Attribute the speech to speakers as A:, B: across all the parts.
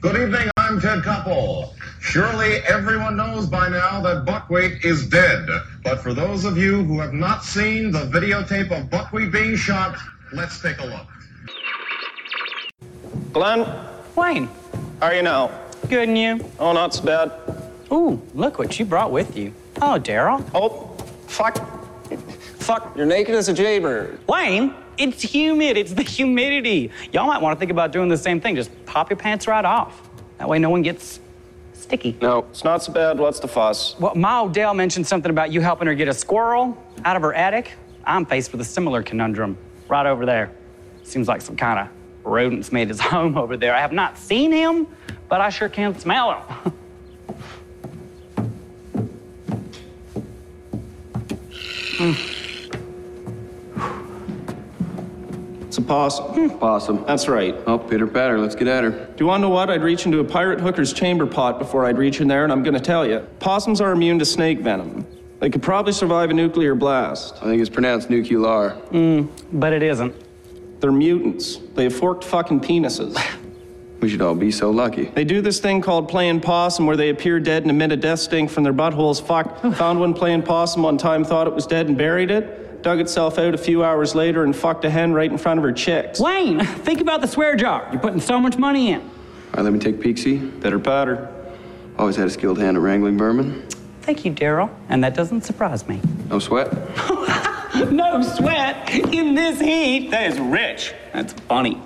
A: Good evening, I'm Ted Koppel. Surely everyone knows by now that buckwheat is dead. But for those of you who have not seen the videotape of buckwheat being shot, let's take a look.
B: Glenn,
C: Wayne,
B: how are you now?
C: good and you?
B: Oh, not so bad.
C: Ooh, look what you brought with you. Oh, Daryl.
B: Oh, fuck. Fuck, you're naked as a jaybird.
C: Wayne, it's humid. It's the humidity. Y'all might want to think about doing the same thing. Just pop your pants right off. That way no one gets sticky.
B: No, it's not so bad. What's the fuss?
C: Well, Ma O'Dell mentioned something about you helping her get a squirrel out of her attic. I'm faced with a similar conundrum right over there. Seems like some kind of rodent's made his home over there. I have not seen him, but I sure can smell him.
B: It's a possum.
D: Possum.
B: That's right.
D: Oh, pitter patter. Let's get at her.
B: Do you want to know what? I'd reach into a pirate hooker's chamber pot before I'd reach in there, and I'm gonna tell you. Possums are immune to snake venom. They could probably survive a nuclear blast.
D: I think it's pronounced nuclear.
C: but it isn't.
B: They're mutants. They have forked fucking penises.
D: We should all be so lucky.
B: They do this thing called playing possum where they appear dead and emit a death stink from their buttholes. Fuck. Found one playing possum one time, thought it was dead and buried it. Dug itself out a few hours later and fucked a hen right in front of her chicks.
C: Wayne, think about the swear jar. You're putting so much money in.
D: All right, let me take Pixie.
B: Pitter patter.
D: Always had a skilled hand at wrangling vermin.
C: Thank you, Daryl. And that doesn't surprise me.
D: No sweat.
C: No sweat in this heat. That is rich. That's funny.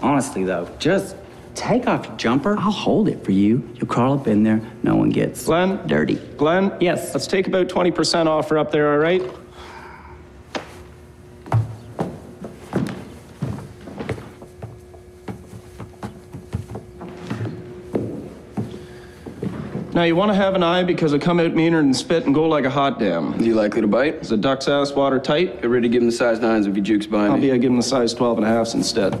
C: Honestly, though, just take off your jumper. I'll hold it for you. You crawl up in there. No one gets
B: Glenn?
C: dirty.
B: Glenn?
C: Yes.
B: Let's take about 20% off her up there, all right? Now, you want to have an eye because I come out meaner than spit and go like a hot damn.
D: Is he likely to bite?
B: Is a duck's ass watertight?
D: Get ready to give him the size nines if he jukes by
B: I'll be
D: me.
B: I give him the size 12 and a halfs instead.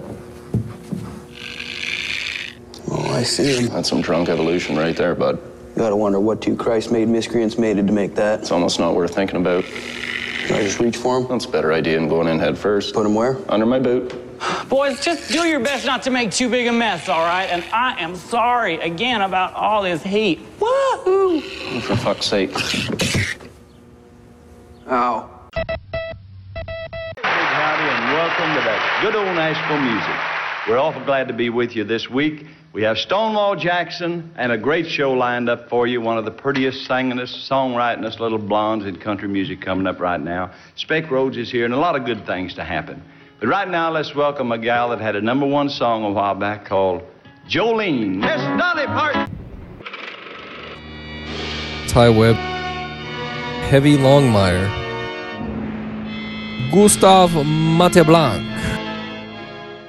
E: Oh, I see him.
D: That's some drunk evolution right there, bud.
E: You gotta wonder what two Christ made miscreants mated to make that.
D: It's almost not worth thinking about.
E: Should I just reach for him?
D: That's a better idea than going in head first.
E: Put him where?
D: Under my boot.
C: Boys, just do your best not to make too big a mess, all right? And I am sorry again about all this heat. Woohoo!
D: For fuck's sake.
E: Ow.
F: Big howdy and welcome to that good old Nashville music. We're awful glad to be with you this week. We have Stonewall Jackson and a great show lined up for you. One of the prettiest, singingest, songwritingest little blondes in country music coming up right now. Spec Rhodes is here and a lot of good things to happen. But right now, let's welcome a gal that had a number one song a while back called Jolene. Yes, Dolly Parton.
G: Ty Webb, Heavy Longmire, Gustav Mateblanc,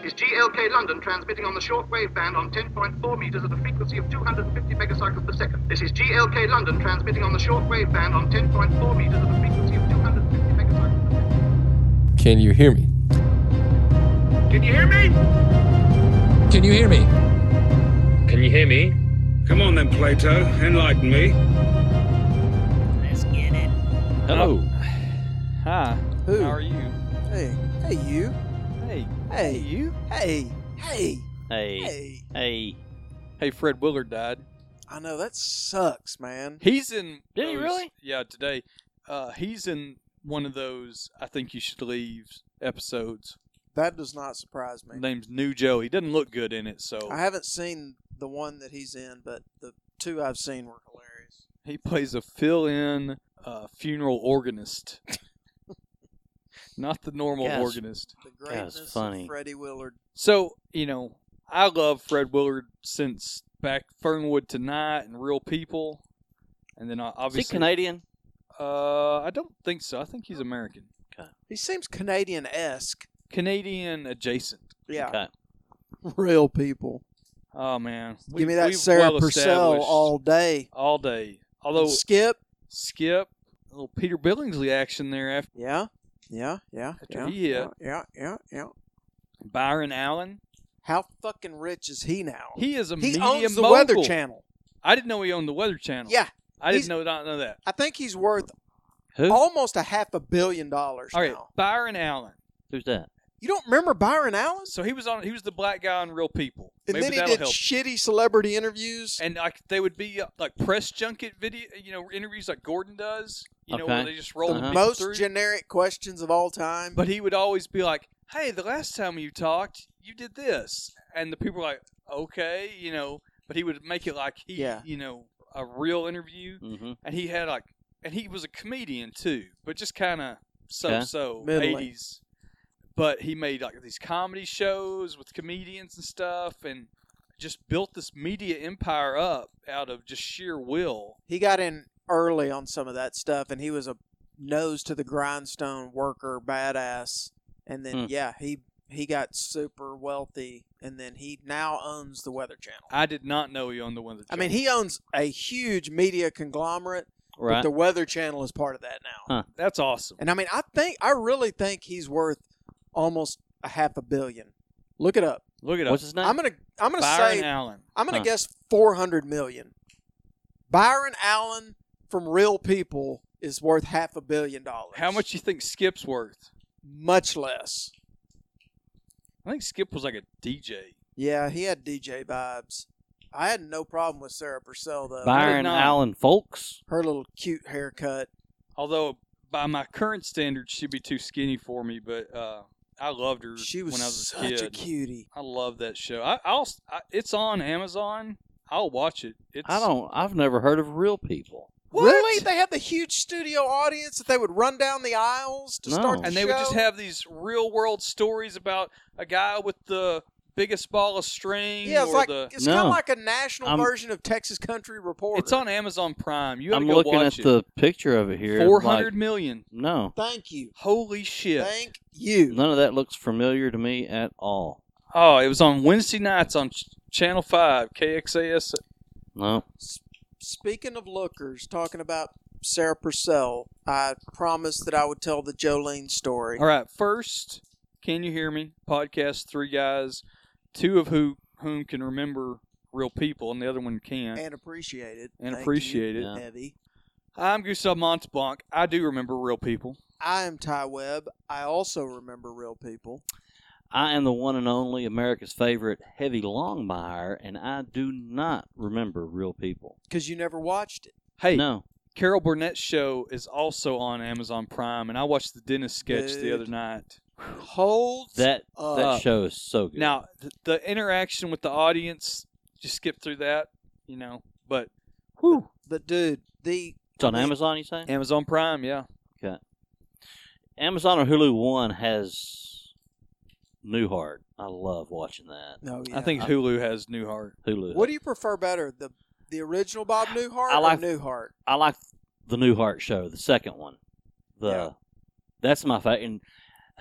H: is GLK London transmitting on the shortwave band on 10.4 meters at a frequency of 250 megacycles per second. This is GLK London transmitting on the shortwave band on 10.4 meters at a frequency of 250 megacycles per second.
G: Can You Hear Me?
H: Can you hear me?
G: Can You Hear Me?
I: Can you hear me? Come on then, Plato. Enlighten me.
B: Hello.
J: Hi.
K: Who?
J: How are you?
K: Hey, hey, you.
J: Hey.
K: Hey, you. Hey, hey,
J: Hey.
K: hey.
J: Hey.
I: Hey, Fred Willard died.
K: I know that sucks, man.
I: He's in.
J: Did he
I: those-
J: really?
I: Yeah, today. Uh, he's in one of those I think you should leave episodes.
K: That does not surprise me.
I: Name's New Joe. He doesn't look good in it, so
K: I haven't seen the one that he's in, but the two I've seen were hilarious.
I: he plays a fill-in uh, funeral organist. Not the normal
J: Gosh.
I: organist.
K: The
J: was
K: greatness
J: funny.
K: of Freddie Willard.
I: So, you know, I love Fred Willard since back Fernwood Tonight and Real People. And then uh,
J: Is he
I: obviously.
J: Canadian?
I: Uh, I don't think so. I think he's American.
K: He seems Canadian esque.
I: Canadian adjacent.
K: Yeah,
J: Okay.
K: real people.
I: Oh man,
K: Give me that
I: we've
K: Sarah
I: well
K: Purcell
I: established
K: all day.
I: all day.
K: And
I: Although
K: Skip.
I: Skip, a little Peter Billingsley action there after
K: Yeah, yeah, yeah,
I: After
K: yeah,
I: he
K: yeah,
I: hit.
K: yeah, yeah, yeah.
I: Byron Allen.
K: How fucking rich is he now?
I: He is a
K: he
I: media
K: owns the
I: mogul.
K: Weather Channel.
I: I didn't know he owned the Weather Channel.
K: Yeah,
I: I
K: he's-
I: didn't know not know that.
K: I think he's worth
J: Who?
K: almost a half a billion dollars
I: All right,
K: now.
I: Byron Allen.
J: Who's that?
K: You don't remember Byron Allen?
I: So he was on. He was the black guy on Real People.
K: And
I: Maybe
K: then he
I: that'll
K: did
I: help.
K: shitty celebrity interviews.
I: and like they would be uh, like press junket video, you know, interviews like Gordon does. You know, where
K: Okay.
I: they just roll the
K: the
I: people
K: most
I: through.
K: generic questions of all time.
I: But he would always be like, "Hey, the last time you talked, you did this," and the people were like, "Okay," you know. But he would make it like he,
K: Yeah.
I: you know, a real interview,
G: Mhm.
I: and he had like, and he was a comedian too, but just kind of so-so
K: Middling.
I: eighties. But he made like these comedy shows with comedians and stuff, and just built this media empire up out of just sheer will.
K: he got in early on some of that stuff, and he was a nose to the grindstone worker, badass. And then
I: Hmm.
K: yeah, he he got super wealthy, and then he now owns the Weather Channel.
I: I did not know he owned the Weather
K: I
I: Channel.
K: mean, he owns a huge media conglomerate, but
I: Right.
K: the Weather Channel is part of that now.
I: That's awesome.
K: And I mean, I think I really think he's worth almost a half a billion. Look it up.
I: Look it up. What's his name?
K: I'm gonna I'm gonna
I: Byron
K: say
I: Allen.
K: I'm gonna
I: Huh.
K: guess four hundred million. Byron Allen from Real People is worth half a billion dollars.
I: How much you think Skip's worth?
K: Much less.
I: I think Skip was like a DJ.
K: Yeah, he had DJ vibes. I had no problem with Sarah Purcell though.
G: Byron Allen Folks.
K: Her little cute haircut.
I: Although by my current standards, she'd be too skinny for me, but uh, I loved her
K: She was
I: when I was
K: such
I: a kid.
K: a cutie.
I: I love that show. I, I'll. I, it's on Amazon. I'll watch it. It's,
G: I don't. I've never heard of real people.
K: Really? They had the huge studio audience that they would run down the aisles to start the
I: and they would just
K: show?
I: have these real world stories about a guy with the biggest ball of string.
K: Yeah, it's
I: or
K: like
I: the,
K: it's kind of like a national
G: I'm-
K: version of Texas Country Reporter.
I: It's on Amazon Prime. You ought
G: I'm
I: to go
G: looking
I: watch
G: at the picture of it here.
I: it. Four hundred
G: like-
I: million.
G: No,
K: Thank you.
I: Holy shit!
K: Thank you.
G: none of that looks familiar to me at all.
I: Oh, it was on Wednesday nights on Ch- Channel Five, KXAS.
G: No.
K: Speaking of lookers, talking about Sarah Purcell, I promised that I would tell the Jolene story.
I: All right, first, can you hear me? Podcast three guys, two of who whom can remember real people, and the other one can't.
K: And appreciate it.
I: And
K: Thank
I: appreciate
K: you,
I: it. Yeah.
K: Evie.
I: I'm Gustav Montblanc. I do remember real people.
K: I am Ty Webb. I also remember real people.
G: I am the one and only America's favorite Heavy Longmire, and I do not remember real people.
K: Because you never watched it.
I: Hey,
G: no,
I: Carol Burnett's show is also on Amazon Prime, and I watched the dentist sketch the
K: Dude.
I: other night.
K: Holds
G: that
K: up.
G: that show is so good.
I: uh, Now, th- the interaction with the audience, just skip through that, you know. But
K: But dude, the
G: it's on
K: the-
G: Amazon. You say?
I: Amazon Prime, yeah.
G: Okay. Amazon or Hulu One has Newhart. I love watching that.
K: No,
I: I think Hulu has Newhart.
G: Hulu.
K: What do you prefer better, the the original Bob Newhart
G: I like-
K: or Newhart?
G: I like the Newhart show, the second one. The that's my favorite. And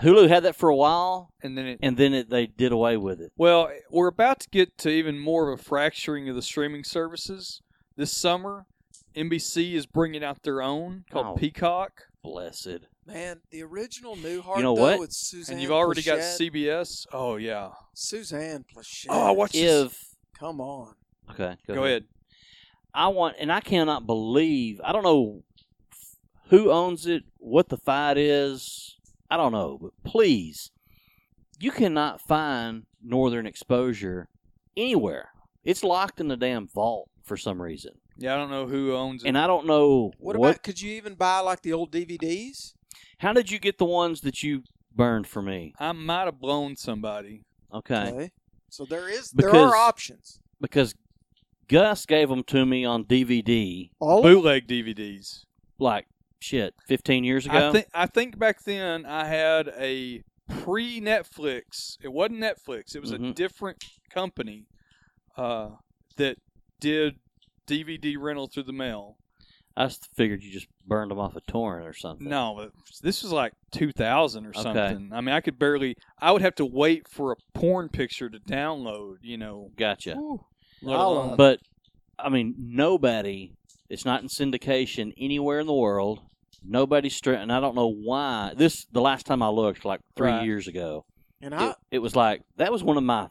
G: Hulu had that for a while,
I: And then it
G: and then it, they did away with it.
I: Well, we're about to get to even more of a fracturing of the streaming services this summer. NBC is bringing out their own called
G: Oh.
I: Peacock.
G: Blessed.
K: Man, the original Newhart
G: You know
K: though
G: what?
K: with Suzanne.
I: and you've already got
K: Pleshette-
I: CBS. Oh yeah.
K: Suzanne Plachette.
I: Oh, I watched this.
G: If
K: Come on.
G: okay, go,
I: Go ahead.
G: I want, and I cannot believe. I don't know who owns it, what the fight is. I don't know, but please, you cannot find Northern Exposure anywhere. It's locked in the damn vault for some reason,
I: Yeah, I don't know who owns it.
G: and I don't know
K: What,
G: what.
K: about? Could you even buy like the old DVDs?
G: how did you get the ones that you burned for me?
I: I might have blown somebody.
G: Okay,
K: So there is there
G: Because-
K: are options.
G: because Gus gave them to me on DVD,
K: All of,
I: Bootleg DVDs.
G: like shit, fifteen years ago.
I: I think I think back then I had a pre Netflix. It wasn't Netflix. It was a
G: Mhm.
I: different company uh, that did DVD rental through the mail.
G: I just figured you just burned them off a torrent or something.
I: No, but this was like 2000 or
G: Okay.
I: something. I mean, I could barely. I would have to wait for a porn picture to download. You know,
G: Gotcha.
I: let
K: I'll,
I: alone-
K: uh,
G: But I mean, nobody. It's not in syndication anywhere in the world. Nobody's straight, and I don't know why. This the last time I looked, like three
I: Right.
G: years ago.
K: and I
G: It, it was like that was one of my.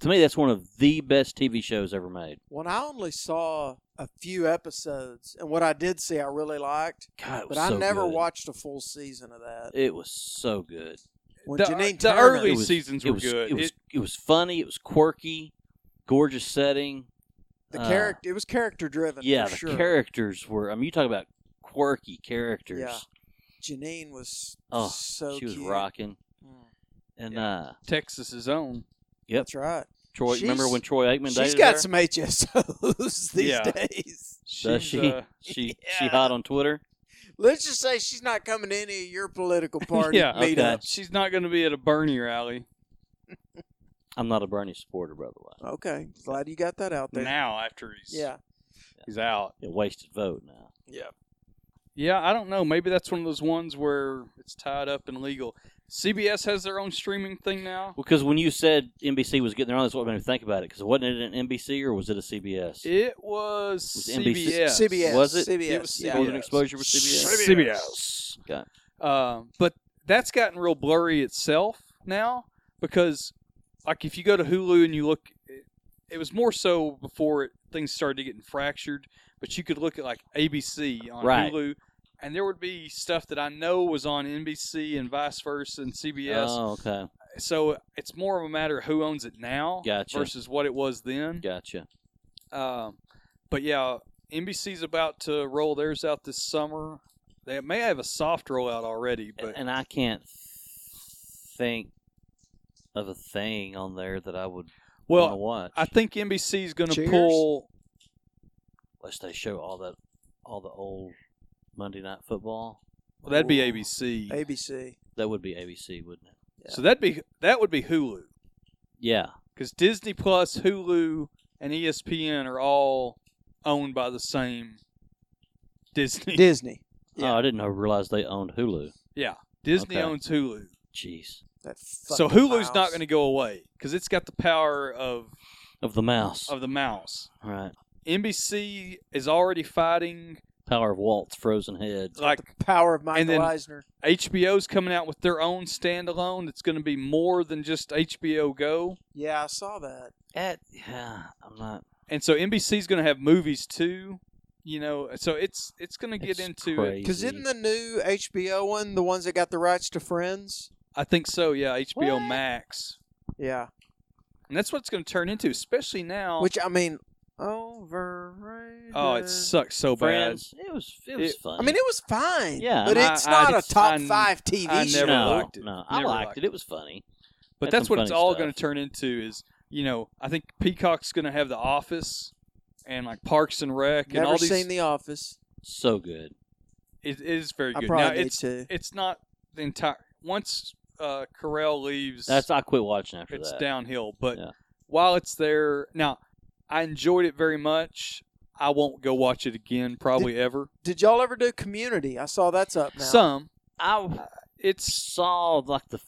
G: To me, that's one of the best TV shows ever made.
K: when I only saw a few episodes, and what I did see, I really liked.
G: God, it was
K: But I
G: so
K: never
G: good.
K: watched a full season of that.
G: It was so good.
K: When
I: The- uh,
K: Janine
I: the
K: Turner-
I: early
G: It was-
I: seasons
G: it
I: were
G: was-
I: good.
G: It was,
I: It-
G: it was funny. It was quirky, gorgeous setting.
K: the
G: Uh,
K: character, it was character driven.
G: yeah,
K: for
G: the
K: sure.
G: characters were. I mean, you talk about quirky characters.
K: Yeah, Janine was
G: Oh,
K: so
G: she was
K: cute.
G: rocking. And uh,
I: Texas's own.
G: Yep.
K: That's right.
G: Troy, remember
K: She's-
G: when Troy Aikman
K: She's
G: dated
K: got
G: her?
K: some HSOs these
G: Yeah.
K: days.
G: Does she?
I: uh,
G: she she hot on Twitter?
K: Let's just say she's not coming to any of your political party
I: yeah,
K: meetups.
I: she's not going to be at a Bernie rally
G: I'm not a Bernie supporter, by the way.
K: Okay, glad you got that out there.
I: now after he's
K: Yeah,
I: he's out.
G: A wasted vote now.
K: yeah.
I: Yeah, I don't know. Maybe that's one of those ones where it's tied up and legal. CBS has their own streaming thing now.
G: Because when you said NBC was getting their own, that's what made me think about it. Because wasn't it an NBC or was it a CBS?
I: It was,
G: was NBC.
I: CBS.
K: CBS.
G: Was it?
K: CBS.
I: It was
K: yeah.
G: Golden Exposure with CBS.
I: CBS.
G: Got
I: Um, but that's gotten real blurry itself now because, like, if you go to Hulu and you look, it, it was more so before it, things started getting fractured. But you could look at like ABC on
G: Right.
I: Hulu, and there would be stuff that I know was on NBC and vice versa and CBS.
G: Oh, okay.
I: So it's more of a matter of who owns it now
G: Gotcha.
I: versus what it was then.
G: Gotcha.
I: Um, but yeah, NBC's about to roll theirs out this summer. They may have a soft rollout already, but
G: And I can't think of a thing on there that I would want to
I: well,
G: watch
I: I think NBC's going to
K: Cheers.
I: pull.
G: unless they show all that all the old Monday Night Football.
I: Well, that'd be
K: Ooh.
I: ABC.
K: ABC.
G: That would be ABC, wouldn't it?
I: So that'd be that would be Hulu
G: Yeah.
I: because Disney Plus, Hulu, and E ESPN are all owned by the same Disney.
K: Disney. Yeah.
G: Oh, I didn't know- realize they owned Hulu.
I: yeah, Disney
G: Okay.
I: owns Hulu.
G: Jeez.
K: That
I: So
K: fucking
I: Hulu's
K: mouse.
I: not going to go away because it's got the power of
G: Of the mouse.
I: of the mouse.
G: all right.
I: NBC is already fighting
G: Power of Walt's frozen head.
I: like
K: power of Michael
I: then-
K: Eisner.
I: HBO's coming out with their own standalone that's going to be more than just HBO Go.
K: Yeah, I saw that.
G: At, yeah, I'm not.
I: And so NBC's going to have movies too, you know. So it's it's going to get
G: it's
I: into it.
G: crazy.
K: Because isn't the new HBO one the ones that got the rights to Friends?
I: I think so, yeah, HBO
G: What?
I: Max.
K: Yeah.
I: And that's what it's going to turn into, especially now.
K: Which I mean, overrated.
I: oh, it sucks so
G: Friends? It was it was
I: It-
G: fun.
K: I mean, it was fine.
G: Yeah,
K: but
I: I-
K: it's
I: I-
K: not a
I: it's-
K: top
I: I-
K: five TV
I: I
K: show.
I: never
G: no,
I: liked it.
G: No, I
I: Never
G: liked
I: liked
G: it. It was funny.
I: bad. But
G: That's
I: that's
G: some
I: what it's
G: funny
I: all
G: stuff.
I: going to turn into is, you know, I think Peacock's going to have The Office and like Parks and Rec and
K: Never
I: all these.
K: seen The Office.
G: So good.
I: it is very
K: I
I: good.
K: probably
I: now
K: need
I: it's
K: to.
I: it's not the entire once uh Carell leaves
G: That's I quit watching after
I: it's
G: that.
I: downhill. But
G: Yeah.
I: while it's there now, I enjoyed it very much. I won't go watch it again probably ever.
K: Did y'all ever do Community? I saw that's up now.
I: Some.
G: I
I: It's
G: saw like the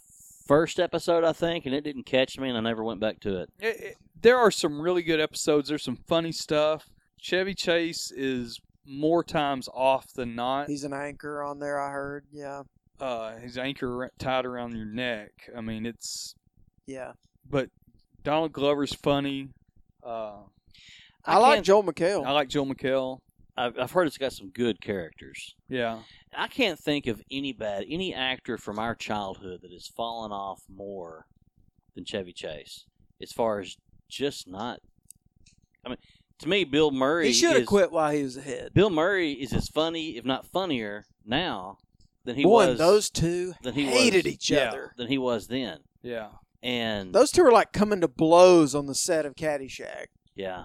G: first episode, I think, and it didn't catch me, and I never went back to it.
I: it, it- Eh, there are some really good episodes. There's some funny stuff. Chevy Chase is more times off than not.
K: He's an anchor on there. I heard. Yeah,
I: uh, his anchor ra- tied around your neck. I mean, it's
K: yeah.
I: but Donald Glover's funny. Uh,
K: I,
G: I
K: like
G: can't-
K: Joel McHale.
I: I like Joel McHale.
G: I've, I've heard it's got some good characters.
I: Yeah.
G: I can't think of any bad any actor from our childhood that has fallen off more than Chevy Chase. As far as just not, I mean, to me, Bill Murray.
K: he should have
G: is-
K: quit while he was ahead.
G: Bill Murray is as funny, if not funnier, now than he
K: Boy,
G: was.
K: those two
G: than he
K: hated
G: was-
K: each
I: yeah.
K: other.
G: than he was then,
I: Yeah.
G: and
K: Those two are like coming to blows on the set of Caddyshack.
G: yeah,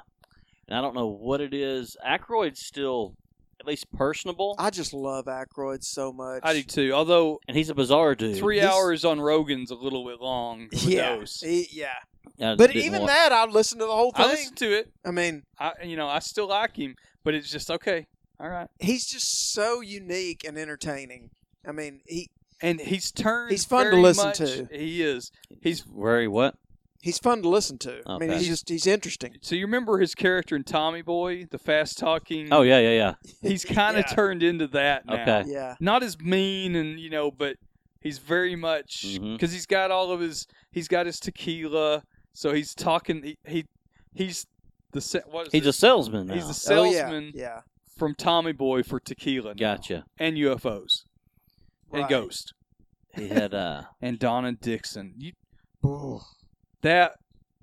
G: and I don't know what it is. Aykroyd's still at least personable,
K: I just love Aykroyd so much.
I: I do too. Although
G: and he's a bizarre dude.
I: three
K: He's-
I: hours on Rogan's a little bit long. of a
K: Yeah,
I: dose.
K: he- yeah.
G: I
K: But
G: didn't
K: even
G: want-
K: that, I'd listen to the whole
I: I
K: thing.
I: listen to it.
K: I mean,
I: I you know I still like him, but it's just okay. All right.
K: he's just so unique and entertaining. I mean, he
I: And he's turned.
K: He's fun to
I: very
K: listen
I: much-
K: to.
I: He is. He's
G: very what?
K: he's fun to listen to. I mean,
G: Okay.
K: he's just he's interesting.
I: so you remember his character in Tommy Boy, the fast talking.
G: Oh yeah, yeah, yeah.
I: He's kind of
K: Yeah.
I: turned into that now.
G: Okay.
K: Yeah,
I: Not as mean and you know, but he's very much because
G: Mhm.
I: he's got all of his. He's got his tequila, so he's talking. He, he he's the se- what is
G: He's
I: it?
G: a salesman now.
I: he's the
K: Oh, yeah.
I: salesman
K: yeah,
I: from Tommy Boy for tequila now.
G: gotcha.
I: and UFOs and
K: Right.
I: Ghost. He had uh
L: and Donna Dixon. You, that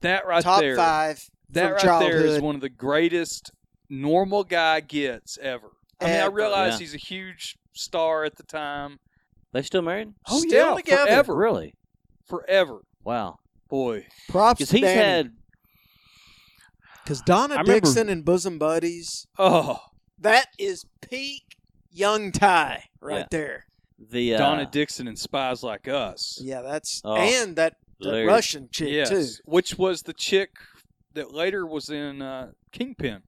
L: that right
K: Top
L: there,
K: five
L: That
K: from
L: right there is
K: childhood.
L: one of the greatest normal guy gets ever. I mean, I
K: Ever.
L: realize
I: Yeah.
L: he's a huge star at the time.
I: They still married?
L: Oh
K: Still
L: yeah,
K: together.
L: forever,
I: Really?
L: forever.
I: Wow.
L: Boy,
K: Props
I: Because
K: to
I: he's
K: Danny.
I: had
K: Because Donna
I: I remember-
K: Dixon and Bosom Buddies,
L: oh
K: that is peak young tie right
I: Yeah.
K: there.
I: the uh,
L: Donna Dixon and Spies Like Us.
K: Yeah, that's
I: Oh,
K: and that the
I: Larry.
K: Russian chick
L: yes,
K: too.
L: which was the chick that later was in uh, Kingpin.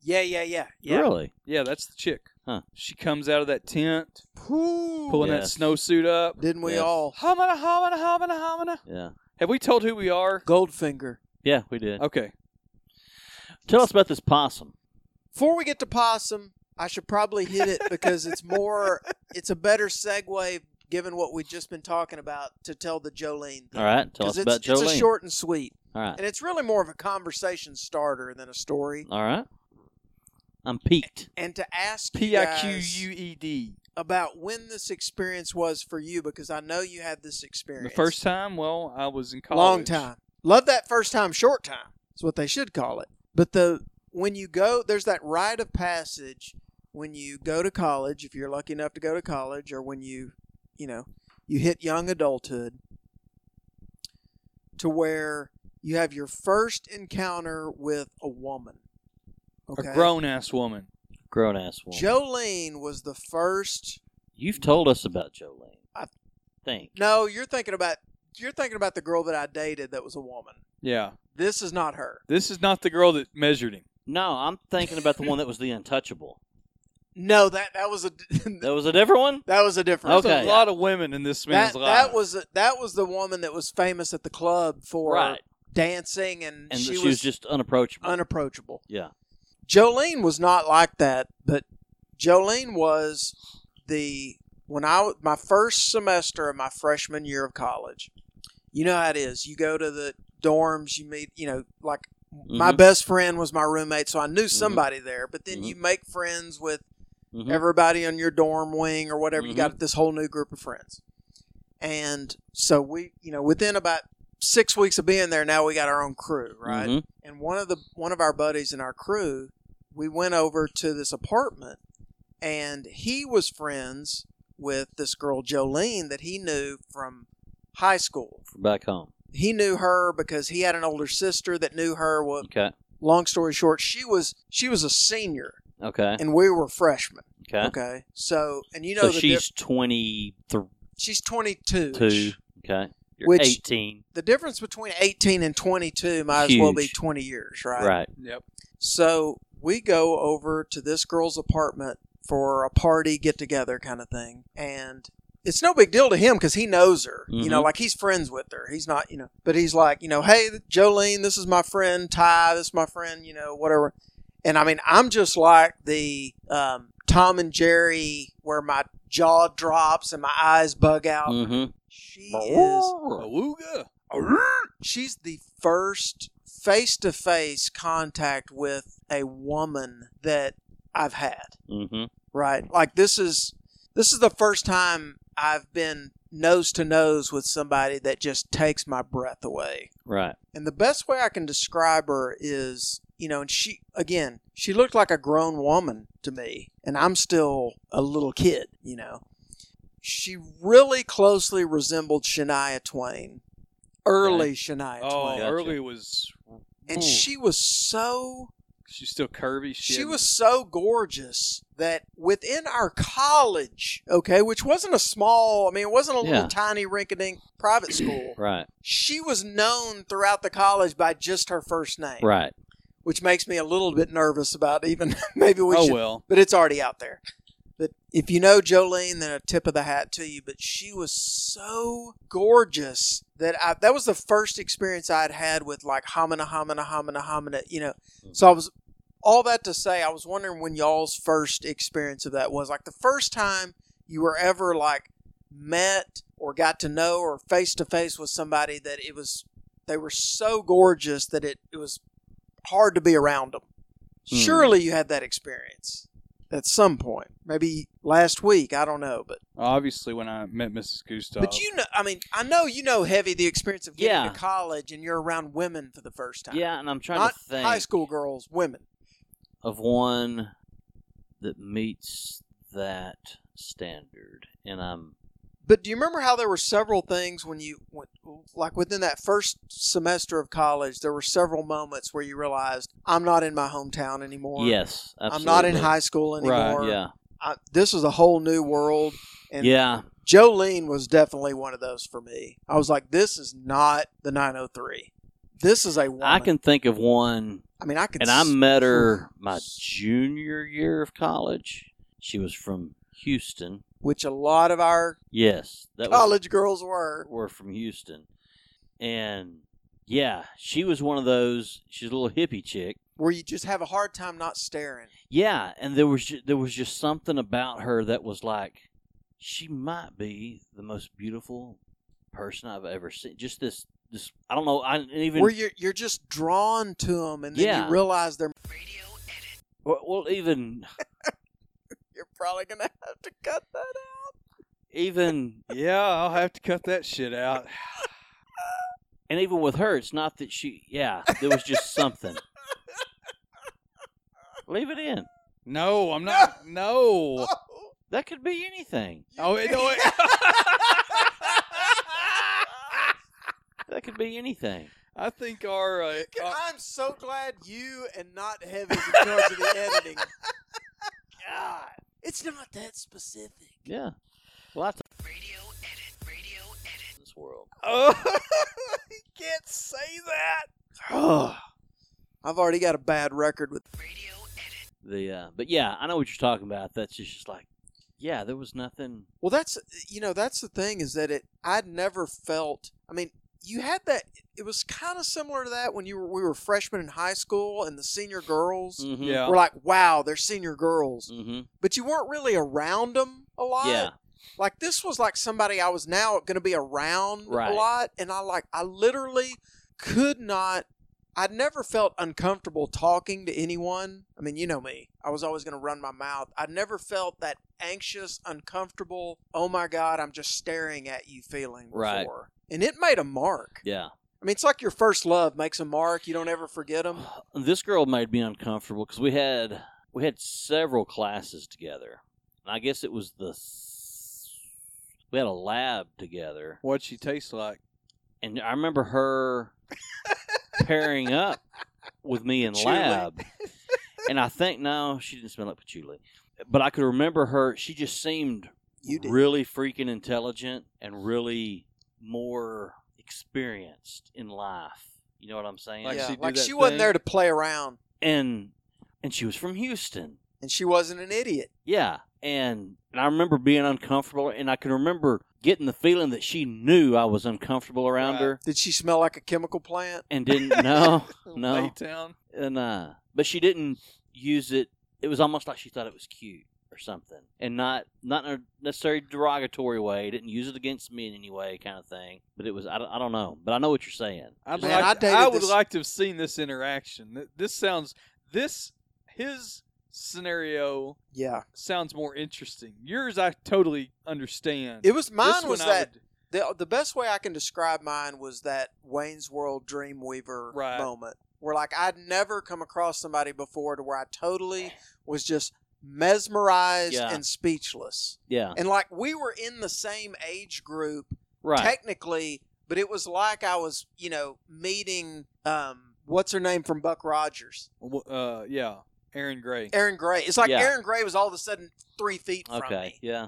K: Yeah, yeah, yeah, yeah.
I: Really?
L: Yeah, that's the chick.
I: Huh.
L: She comes out of that tent,
K: Whew.
L: pulling
I: Yes.
L: that snowsuit up.
K: Didn't we
I: Yes.
K: all?
L: Homina, homina, homina, homina.
I: Yeah.
L: Have we told who we are?
K: Goldfinger.
I: Yeah, we did.
L: Okay.
I: Tell us about this possum.
K: Before we get to possum, I should probably hit it because it's more, it's a better segue given what we've just been talking about to tell the Jolene.
I: All right. Tell us
K: Because
I: about
K: it's,
I: Jolene.
K: it's a short and sweet,
I: All right.
K: and it's really more of a conversation starter than a story.
I: All right. I'm peaked.
K: And to ask you
L: P I Q
K: guys
L: U E D.
K: about when this experience was for you, because I know you had this
L: The
K: experience
L: first time, well, I was in college.
K: long time. Love that first time, short time. That's what they should call it. But the when you go, there's that rite of passage when you go to college, if you're lucky enough to go to college, or when you, you know, you hit young adulthood, to where you have your first encounter with a woman. Okay.
L: A grown ass woman.
I: Grown ass woman.
K: Jolene was the first.
I: You've told us about Jolene.
K: I-
I: think.
K: No, you're thinking about you're thinking about the girl that I dated that was a woman.
L: Yeah.
K: This is not her.
L: This is not the girl that measured him.
I: No, I'm thinking about the one that was the untouchable.
K: No, that that was a
I: That was a different one?
K: That was a different.
L: There's
I: Okay.
L: a lot of women in this man's
K: That,
L: life.
K: that was that was the woman that was famous at the club for
I: Right.
K: dancing, and,
I: And
K: she,
I: she,
K: was,
I: was just unapproachable.
K: unapproachable.
I: yeah.
K: Jolene was not like that, but Jolene was the when I my first semester of my freshman year of college. You know how it is. You go to the dorms, you meet, you know, like my
I: Mhm.
K: best friend was my roommate, so I knew
I: Mm-hmm.
K: somebody there. But then
I: Mhm.
K: you make friends with
I: Mhm.
K: everybody on your dorm wing or whatever. You
I: Mhm.
K: got this whole new group of friends. And so we, you know, within about six weeks of being there, now we got our own crew, right?
I: Mhm.
K: And one of the one of our buddies in our crew, we went over to this apartment, and he was friends with this girl Jolene that he knew from high school.
I: From back home.
K: He knew her because he had an older sister that knew her. Well,
I: Okay.
K: long story short, she was she was a senior
I: Okay.
K: and we were freshmen.
I: Okay.
K: Okay. So, and you know,
I: so
K: the
I: she's 23.
K: dif- she's 22.
I: Two. Okay. You're
K: Which-
I: 18.
K: The difference between 18 and 22 might as well be
I: Huge.
K: 20 years, right?
I: Right.
L: Yep.
K: So we go over to this girl's apartment for a party get together kind of thing. And it's no big deal to him because he knows her. You know,
I: Mhm.
K: like he's friends with her. He's not, you know, but he's like, you know, hey, Jolene, this is my friend Ty, this is my friend, you know, whatever. And I mean, I'm just like the um, Tom and Jerry where my jaw drops and my eyes bug out.
I: Mm-hmm.
K: She is,
L: Awooga.
K: she's the first face to face contact with a woman that I've had
I: Mm-hmm.
K: right like this is this is the first time i've been nose to nose with somebody that just takes my breath away
I: Right.
K: and the best way i can describe her is you know and she again she looked like a grown woman to me and i'm still a little kid you know she really closely resembled shania twain early shania
L: Oh,
K: twain
L: early was.
K: and she was so
L: She's still curvy. She,
K: she
L: had-
K: was so gorgeous that within our college, okay, which wasn't a small, I mean, it wasn't a
I: Yeah.
K: little tiny rinkadink private school.
I: Right.
K: She was known throughout the college by just her first name,
I: Right.
K: which makes me a little bit nervous about even maybe we
L: Oh
K: should,
L: well.
K: but it's already out there. But if you know Jolene, then a tip of the hat to you. But she was so gorgeous that I, that was the first experience I'd had with like homina, homina, homina, homina, you know. So I was all that to say, I was wondering when y'all's first experience of that was like the first time you were ever like met or got to know or face to face with somebody that it was they were so gorgeous that it, it was hard to be around them.
I: Hmm.
K: Surely you had that experience at some point. Maybe last week. I don't know, but
L: Obviously, when I met Mrs. Gustav.
K: but you know, I mean, I know you know heavy the experience of getting
I: Yeah.
K: to college and you're around women for the first time.
I: Yeah, and I'm trying
K: Not
I: to think
K: high school girls, women.
I: of one that meets that standard, and I'm
K: But do you remember how there were several things when you went, like within that first semester of college, there were several moments where you realized I'm not in my hometown anymore.
I: Yes,
K: I'm not in
I: absolutely.
K: high school
I: Right,
K: anymore.
I: yeah.
K: I, this is a whole new world. And
I: Yeah.
K: Jolene was definitely one of those for me. I was like, this is not the 903. This is a woman.
I: I can think of one.
K: I mean, I could
I: And I
K: s-
I: met her my junior year of college. She was from Houston.
K: which a lot of our
I: Yes, that was-
K: college girls were.
I: were from Houston, and yeah, she was one of those. She's a little hippie chick.
K: Where you just have a hard time not staring.
I: Yeah, and there was ju- there was just something about her that was like she might be the most beautiful person I've ever seen. Just this this I don't know. I didn't even
K: where you're, you're just drawn to them and then
I: Yeah.
K: you realize they're
I: well, well even
K: You're probably gonna have to cut that out.
I: even
L: yeah, I'll have to cut that shit out.
I: And even with her, it's not that she. Yeah, there was just something. Leave it in.
L: No, I'm not. No.
I: That could be anything.
L: Oh, wait, no, wait.
I: That could be anything.
L: I think our. Uh, uh,
K: I'm so glad you and not Heavy's in charge of the editing. God, it's not that specific.
I: Yeah. Well, I t- radio edit, radio edit. This world.
L: Oh, you can't say that.
K: I've already got a bad record with.
I: The uh, but yeah, I know what you're talking about. That's just, just like, yeah, there was nothing.
K: Well, that's you know that's the thing is that it I'd never felt. I mean, you had that. It was kind of similar to that when you were we were freshmen in high school and the senior girls
I: Mhm. Yeah.
K: were like, wow, they're senior girls,
I: Mhm.
K: but you weren't really around them a lot.
I: Yeah.
K: Like this was like somebody I was now going to be around
I: Right.
K: a lot, and I like I literally could not. I never felt uncomfortable talking to anyone. I mean, you know me. I was always going to run my mouth. I never felt that anxious, uncomfortable, oh my God, I'm just staring at you feeling before.
I: Right.
K: And it made a mark.
I: Yeah.
K: I mean, it's like your first love makes a mark. You don't ever forget them.
I: this girl made me uncomfortable because we had we had several classes together. And I guess it was the s- we had a lab together,
L: What'd she taste like?
I: and I remember her pairing up with me in
L: Patchouli.
I: lab. And I think no, she didn't smell like patchouli, but I could remember her. She just seemed really freaking intelligent and really more experienced in life. You know what I'm saying?
K: yeah. like she wasn't there to play around,
I: and and she was from Houston.
K: and she wasn't an idiot.
I: Yeah, and and I remember being uncomfortable, and I can remember getting the feeling that she knew I was uncomfortable around her,
K: Did she smell like a chemical plant?
I: and didn't know, no,
L: Laytown.
I: and uh, but she didn't use it. It was almost like she thought it was cute or something, and not not in a necessarily derogatory way. Didn't use it against me in any way, kind of thing. But it was I don't, I don't know, but I know what you're saying.
L: I'd
I: Just-
L: like, I, would like to have seen this interaction. Th- This sounds this his scenario.
K: Yeah.
L: sounds more interesting. Yours, I totally understand.
K: It was mine.
L: This
K: was
L: one I
K: that the the best way I can describe mine was that Wayne's World Dreamweaver
L: Right.
K: moment, where like I'd never come across somebody before to where I totally was just mesmerized
I: Yeah.
K: and speechless.
I: Yeah.
K: and like we were in the same age group,
I: Right.
K: Technically, but it was like I was, you know, meeting um, what's her name from Buck Rogers.
L: would- uh, yeah, Aaron Gray.
K: Aaron Gray. It's like
L: Yeah.
K: Aaron Gray was all of a sudden three feet from
I: okay,
K: me,
I: yeah,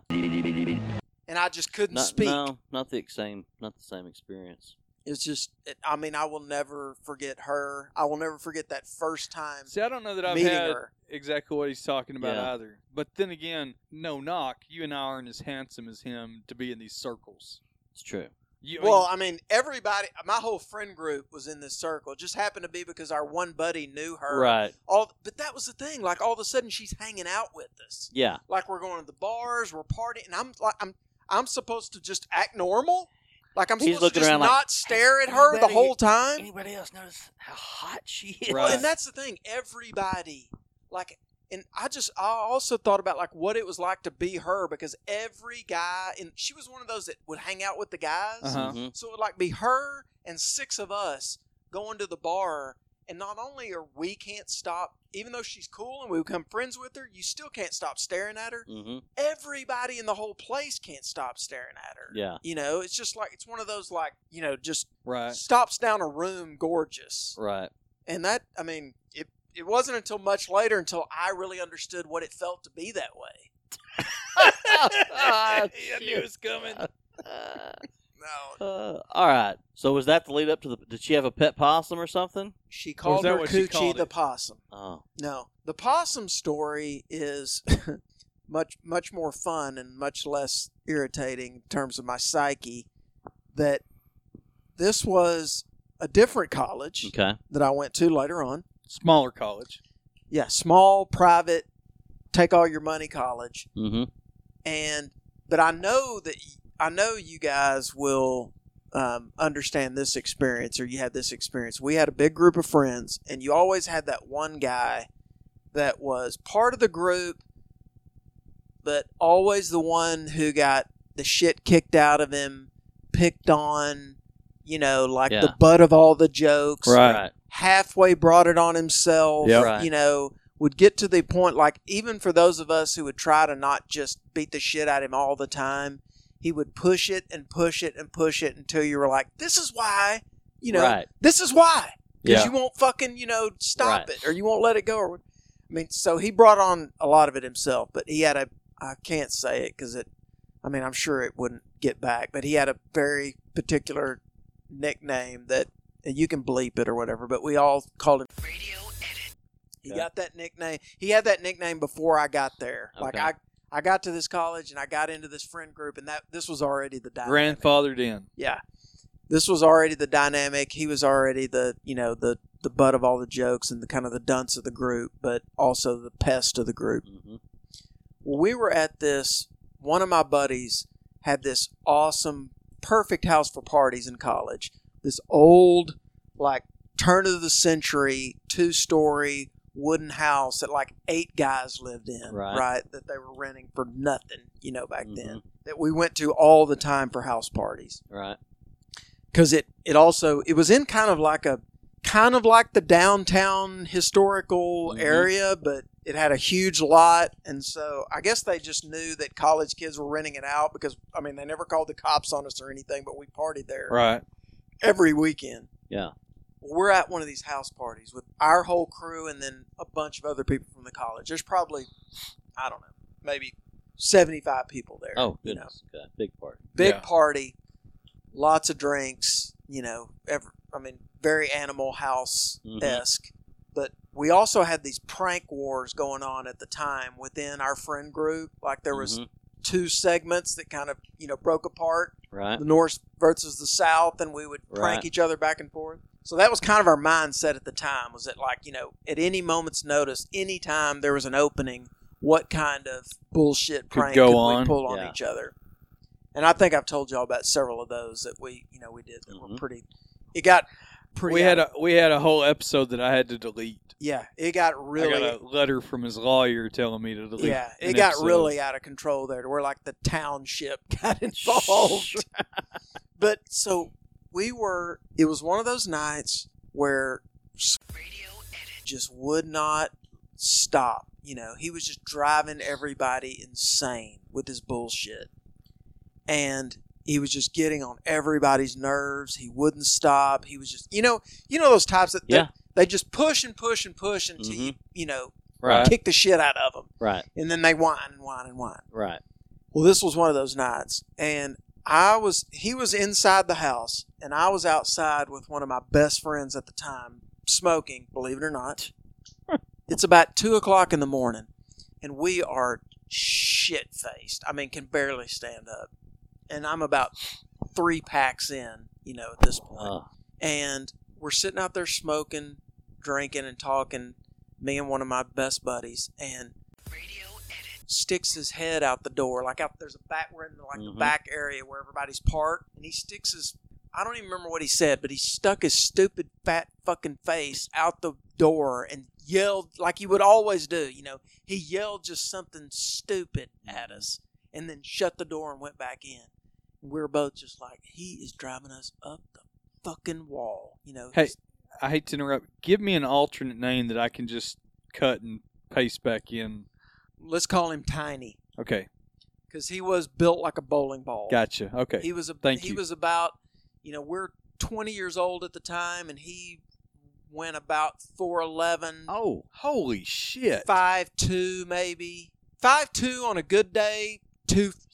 K: and I just couldn't
I: not,
K: speak.
I: no, not the same, not the same experience.
K: It's just, it, I mean, I will never forget her. I will never forget that first time.
L: See, I don't know that I've
K: meeting
L: had
K: her.
L: exactly what he's talking about
K: Yeah.
L: either. But then again, no knock. You and I aren't as handsome as him to be in these circles.
I: It's true.
L: You,
K: well, I mean, everybody, my whole friend group was in this circle. It just happened to be because our one buddy knew her.
I: Right.
K: All, but that was the thing. Like all of a sudden, she's hanging out with us.
I: Yeah.
K: Like we're going to the bars, we're partying, and I'm like, I'm, I'm supposed to just act normal. Like I'm
I: He's
K: supposed
I: looking
K: to just
I: around
K: not
I: like,
K: stare at her the
I: anybody-
K: whole time.
I: Anybody else notice how hot she
K: Well, and that's the thing. Everybody, like and I just I also thought about like what it was like to be her because every guy and she was one of those that would hang out with the guys.
L: Uh-huh. Mhm.
K: So it would like be her and six of us going to the bar and not only are we can't stop even though she's cool and we become friends with her, you still can't stop staring at her.
I: Mm-hmm.
K: Everybody in the whole place can't stop staring at her.
I: Yeah.
K: You know, it's just like it's one of those like, you know, just
L: Right.
K: stops down a room gorgeous.
I: Right.
K: And that, I mean, it it wasn't until much later until I really understood what it felt to be that way.
I: I
L: knew it was coming.
K: No,
I: Uh, all right. So was that the lead up to the? Did she have a pet possum or something?
L: Or
K: she
L: is
K: called
L: that
K: her
L: what she
K: coochie
L: called
K: the
L: it?
K: possum.
I: Oh,
K: No, the possum story is much much more fun and much less irritating in terms of my psyche. That this was a different college
I: okay.
K: that I went to later on.
L: Smaller college.
K: Yeah, small private, take all your money college.
I: Mm-hmm.
K: and but I know that I know you guys will um, understand this experience, or you had this experience. We had a big group of friends, and you always had that one guy that was part of the group, but always the one who got the shit kicked out of him, picked on, you know, like
I: Yeah.
K: the butt of all the jokes
I: Right.
K: halfway brought it on himself.
I: Yep. Right.
K: You know, would get to the point like even for those of us who would try to not just beat the shit out of him all the time, he would push it and push it and push it until you were like, "This is why," you know,
I: Right.
K: "This is why," because
I: Yeah.
K: you won't fucking you know stop
I: Right.
K: it or you won't let it go. Or, what- I mean, so he brought on a lot of it himself, but he had a I can't say it because it. I mean, I'm sure it wouldn't get back, but he had a very particular nickname that and you can bleep it or whatever, but we all called him Radio Edit. He
I: Okay.
K: got that nickname. He had that nickname before I got there. Like
I: Okay.
K: I, I got to this college and I got into this friend group, and that this was already the dynamic.
L: Grandfathered in.
K: Yeah, this was already the dynamic. He was already the you know the the butt of all the jokes and the kind of the dunce of the group, but also the pest of the group.
I: Mm-hmm.
K: Well, we were at this. One of my buddies had this awesome, perfect house for parties in college. This old, like turn of the century, two story wooden house that like eight guys lived in,
I: Right.
K: right? That they were renting for nothing, you know, back then.
I: Mhm.
K: That we went to all the time for house parties
I: Right.
K: because it it also it was in kind of like a kind of like the downtown historical
I: Mhm.
K: area but it had a huge lot and so i guess they just knew that college kids were renting it out because i mean they never called the cops on us or anything but we partied there
L: Right.
K: every weekend
I: Yeah.
K: we're at one of these house parties with our whole crew and then a bunch of other people from the college there's probably i don't know maybe 75 people there
I: Oh,
K: you know
I: goodness. Okay. Big part.
K: big
L: Yeah.
K: party, lots of drinks. You know, ever I mean, very Animal House esque.
I: Mm-hmm.
K: But we also had these prank wars going on at the time within our friend group. Like there was
I: Mhm.
K: two segments that kind of you know broke apart
I: Right.
K: the North versus the South, and we would prank
I: Right.
K: each other back and forth. So that was kind of our mindset at the time. Was that like you know, at any moment's notice, any time there was an opening, what kind of bullshit
L: Could
K: prank
L: go
K: could
L: on.
K: we pull on
I: Yeah.
K: each other? And I think I've told y'all about several of those that we you know we did that
L: Mm-hmm.
K: were
I: Mhm.
K: pretty. It got pretty.
L: We had
K: out-
L: a we had a whole episode that I had to delete.
K: yeah. It got really
L: I got a letter from his lawyer telling me to delete.
K: yeah.
L: an
K: It got
L: episode.
K: really out of control there, to where like the township got involved. But so we were. It was one of those nights where s- just would not stop. You know, he was just driving everybody insane with his bullshit, and he was just getting on everybody's nerves. He wouldn't stop. He was just, you know, you know those types that
I: Yeah. Mm-hmm.
K: they, they just push and push and push until you, you know,
I: Right.
K: kick the shit out of them,
I: Right.
K: and then they whine and whine and whine.
I: Right.
K: Well, this was one of those nights, and I was he was inside the house, and I was outside with one of my best friends at the time, smoking. Believe it or not, it's about two o'clock in the morning, and we are shit faced. I mean, can barely stand up, and I'm about three packs in, you know, at this point
I: Uh,
K: and we're sitting out there smoking, drinking, and talking. Me and one of my best buddies, and sticks his head out the door, like out there's a back we're in like
I: Mhm.
K: the back area where everybody's parked, and he sticks his. I don't even remember what he said, but he stuck his stupid fat fucking face out the door and yelled like he would always do. You know, he yelled just something stupid at us, and then shut the door and went back in. And we were both just like, he is driving us up the fucking wall. You know,
L: Hey, I hate to interrupt. Give me an alternate name that I can just cut and paste back in.
K: let's call him Tiny
L: Okay,
K: because he was built like a bowling ball.
L: gotcha. Okay,
K: He was a,
L: Thank
K: he
L: you.
K: was about you know we're 20 years old at the time and he went about 411
I: Oh,
L: holy shit.
K: 52 maybe 52 on a good day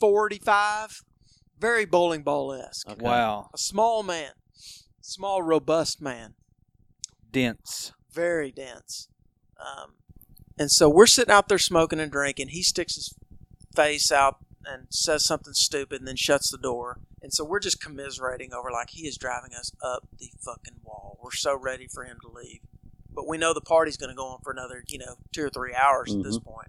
K: 245 very bowling ball-esque
L: Okay. Wow.
K: a small man small robust man
L: dense.
K: very dense um, and so we're sitting out there smoking and drinking he sticks his face out and says something stupid and then shuts the door. And so we're just commiserating over like he is driving us up the fucking wall. We're so ready for him to leave. But we know the party's going to go on for another, you know, two or three hours at this
I: Mhm.
K: point.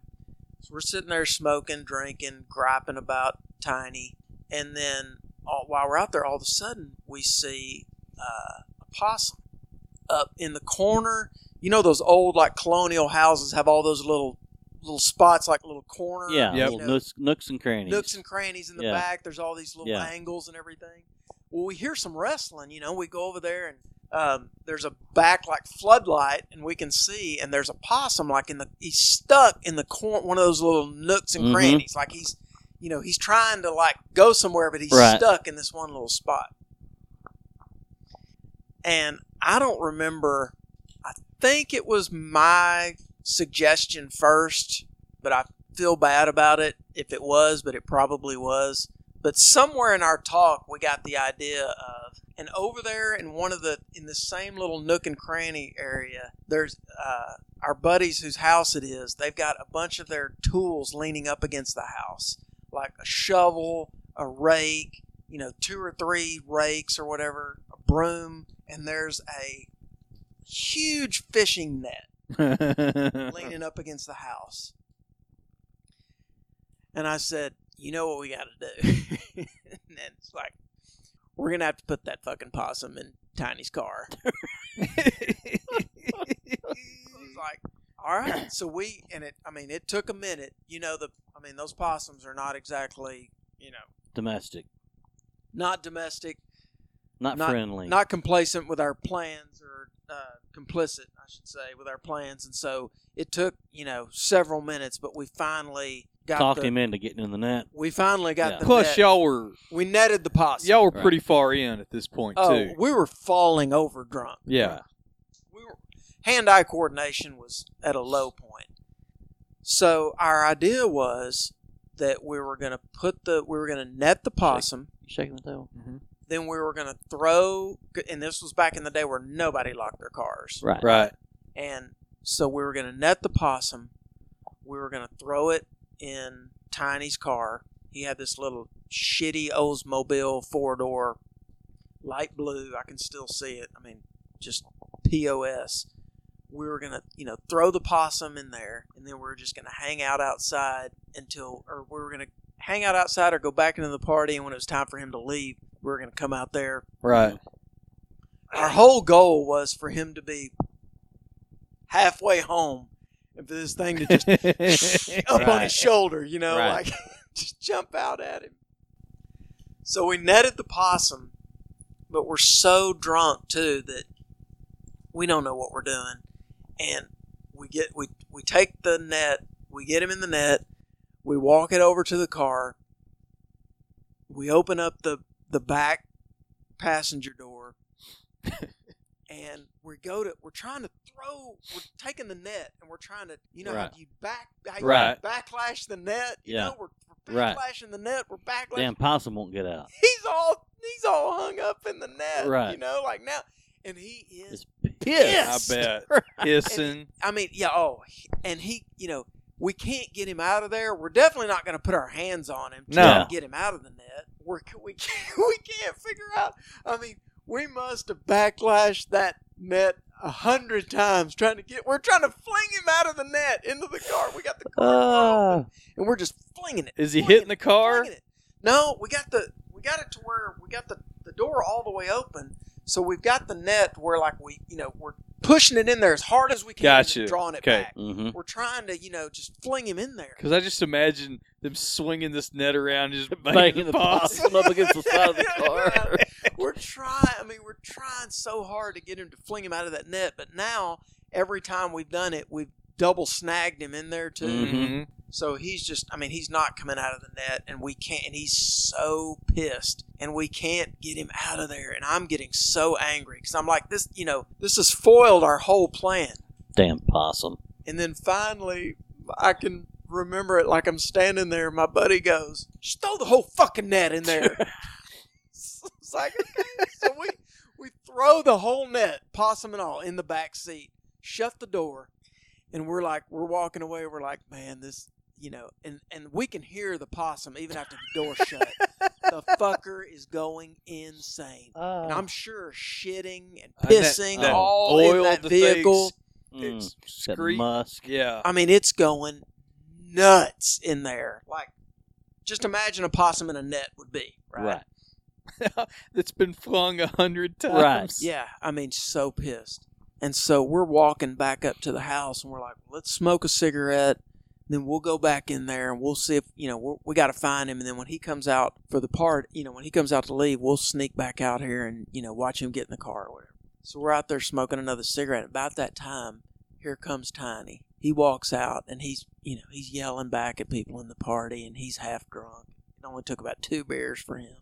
K: So we're sitting there smoking, drinking, griping about Tiny. And then all, while we're out there, all of a sudden we see uh, a possum up in the corner. You know those old like colonial houses have all those little little spots like little corners.
I: yeah,
K: you
I: little
K: know,
I: nooks, nooks and crannies.
K: nooks and crannies in the
I: Yeah.
K: back. There's all these little
I: Yeah.
K: angles and everything. Well, we hear some wrestling. You know, we go over there and um, there's a back like floodlight, and we can see. And there's a possum like in the he's stuck in the corner, one of those little nooks and
I: Mhm.
K: crannies. Like he's, you know, he's trying to like go somewhere, but he's
I: Right.
K: stuck in this one little spot. And I don't remember. I think it was my suggestion first, but I feel bad about it if it was, but it probably was. But somewhere in our talk, we got the idea of, and over there in one of the, in the same little nook and cranny area, there's uh, our buddies whose house it is. They've got a bunch of their tools leaning up against the house, like a shovel, a rake, you know, two or three rakes or whatever, a broom, and there's a huge fishing net leaning up against the house. And I said, You know what we got to do? and then it's like, We're going to have to put that fucking possum in Tiny's car. It's like, All right. So we, and it, I mean, it took a minute. You know, the, I mean, those possums are not exactly, you know,
I: domestic,
K: not domestic,
I: not, friendly.
K: not complacent with our plans or uh, complicit, I should say, with our plans. And so it took, you know, several minutes, but we finally got
I: talked
K: the,
I: him into getting in the net.
K: We finally got
I: Yeah.
K: the
L: Plus,
K: net.
L: y'all were
K: we netted the possum.
L: y'all were
I: Right.
L: pretty far in at this point
K: oh,
L: too.
K: we were falling over drunk.
L: Yeah.
K: Hand-eye coordination was at a low point. So our idea was that we were going to put the we were going to net the possum.
I: You shaking the tail?
K: Then we were going to throw, and this was back in the day where nobody locked their cars.
I: Right.
L: Right.
K: And so we were going to net the possum. We were going to throw it in Tiny's car. He had this little shitty Oldsmobile four door, light blue. I can still see it. I mean, just POS. We were going to, you know, throw the possum in there, and then we were just going to hang out outside until, or we were going to hang out outside or go back into the party. And when it was time for him to leave, we were going to come out there.
L: Right.
K: Our whole goal was for him to be halfway home and for this thing to just up on
I: Right.
K: his shoulder, you know, like
I: Right.
K: just jump out at him. So we netted the possum, but we're so drunk too that we don't know what we're doing. And we get we we take the net, we get him in the net, we walk it over to the car, we open up the the back passenger door and we go to we're trying to throw we're taking the net and we're trying to you know
I: Right.
K: how you back how you
I: Right.
K: backlash the net you
I: Yeah.
K: know we're, we're
I: Right.
K: backlashing the net we're backlashing
I: Damn possum won't get out.
K: he's all he's all hung up in the net
I: Right.
K: you know like now and he is
I: Pissed.
L: I bet. Hissing.
K: I mean, yeah, oh, he- and he, you know, we can't get him out of there. We're definitely not going to put our hands on him to
L: No.
K: try to get him out of the net. We're, we, can't, we can't figure out. I mean, we must have backlashed that net a hundred times trying to get. We're trying to fling him out of the net into the car. We got the car,
L: Ah.
K: and we're just flinging it.
L: Is he
K: flinging
L: hitting the car?
K: flinging it. No, we got the we got it to where we got the, the door all the way open. So we've got the net where like we you know we're pushing it in there as hard as we can, and
L: Gotcha.
K: drawing it
L: Okay.
K: back.
I: Mm-hmm.
L: Mhm.
K: We're trying to, you know, just fling him in there.
L: Because I just imagine them swinging this net around, and just banging,
K: Banging
L: the
K: the
L: possum.
K: possum up against
I: the side of the car.
K: We're trying. I mean, we're trying so hard to get him to fling him out of that net, but now every time we've done it, we've double snagged him in there too.
I: Mm-hmm.
L: Mhm.
K: So he's just. I mean, he's not coming out of the net, and we can't. And he's so pissed, and we can't get him out of there. And I'm getting so angry because I'm like, this. You know, this has foiled our whole plan.
I: Damn possum.
K: And then finally, I can remember it like I'm standing there. My buddy goes, "Just throw the whole fucking net in there." it's like, so we we throw the whole net, possum and all, in the back seat, shut the door, and we're like, we're walking away. We're like, man, this, you know, and and we can hear the possum even after the door shut. the fucker is going insane,
I: Uh,
C: Uh-huh.
K: and I'm sure shitting and
L: And Uh, that-
K: pissing
L: that
K: all in
L: oil,
K: that
L: the things,
K: vehicle.
L: it's
I: Mm. that
L: scree-
I: musk.
L: Yeah.
K: I mean, it's going nuts in there. Like, just imagine a possum in a net would be, right?
L: That's been flung a hundred times.
K: Yeah. I mean, so pissed. And so we're walking back up to the house and we're like, let's smoke a cigarette. Then we'll go back in there and we'll see if, you know, we're, we got to find him. And then when he comes out for the part, you know, when he comes out to leave, we'll sneak back out here and, you know, watch him get in the car or whatever. So we're out there smoking another cigarette. About that time, here comes Tiny. He walks out and he's, you know, he's yelling back at people in the party and he's half drunk. It only took about two beers for him.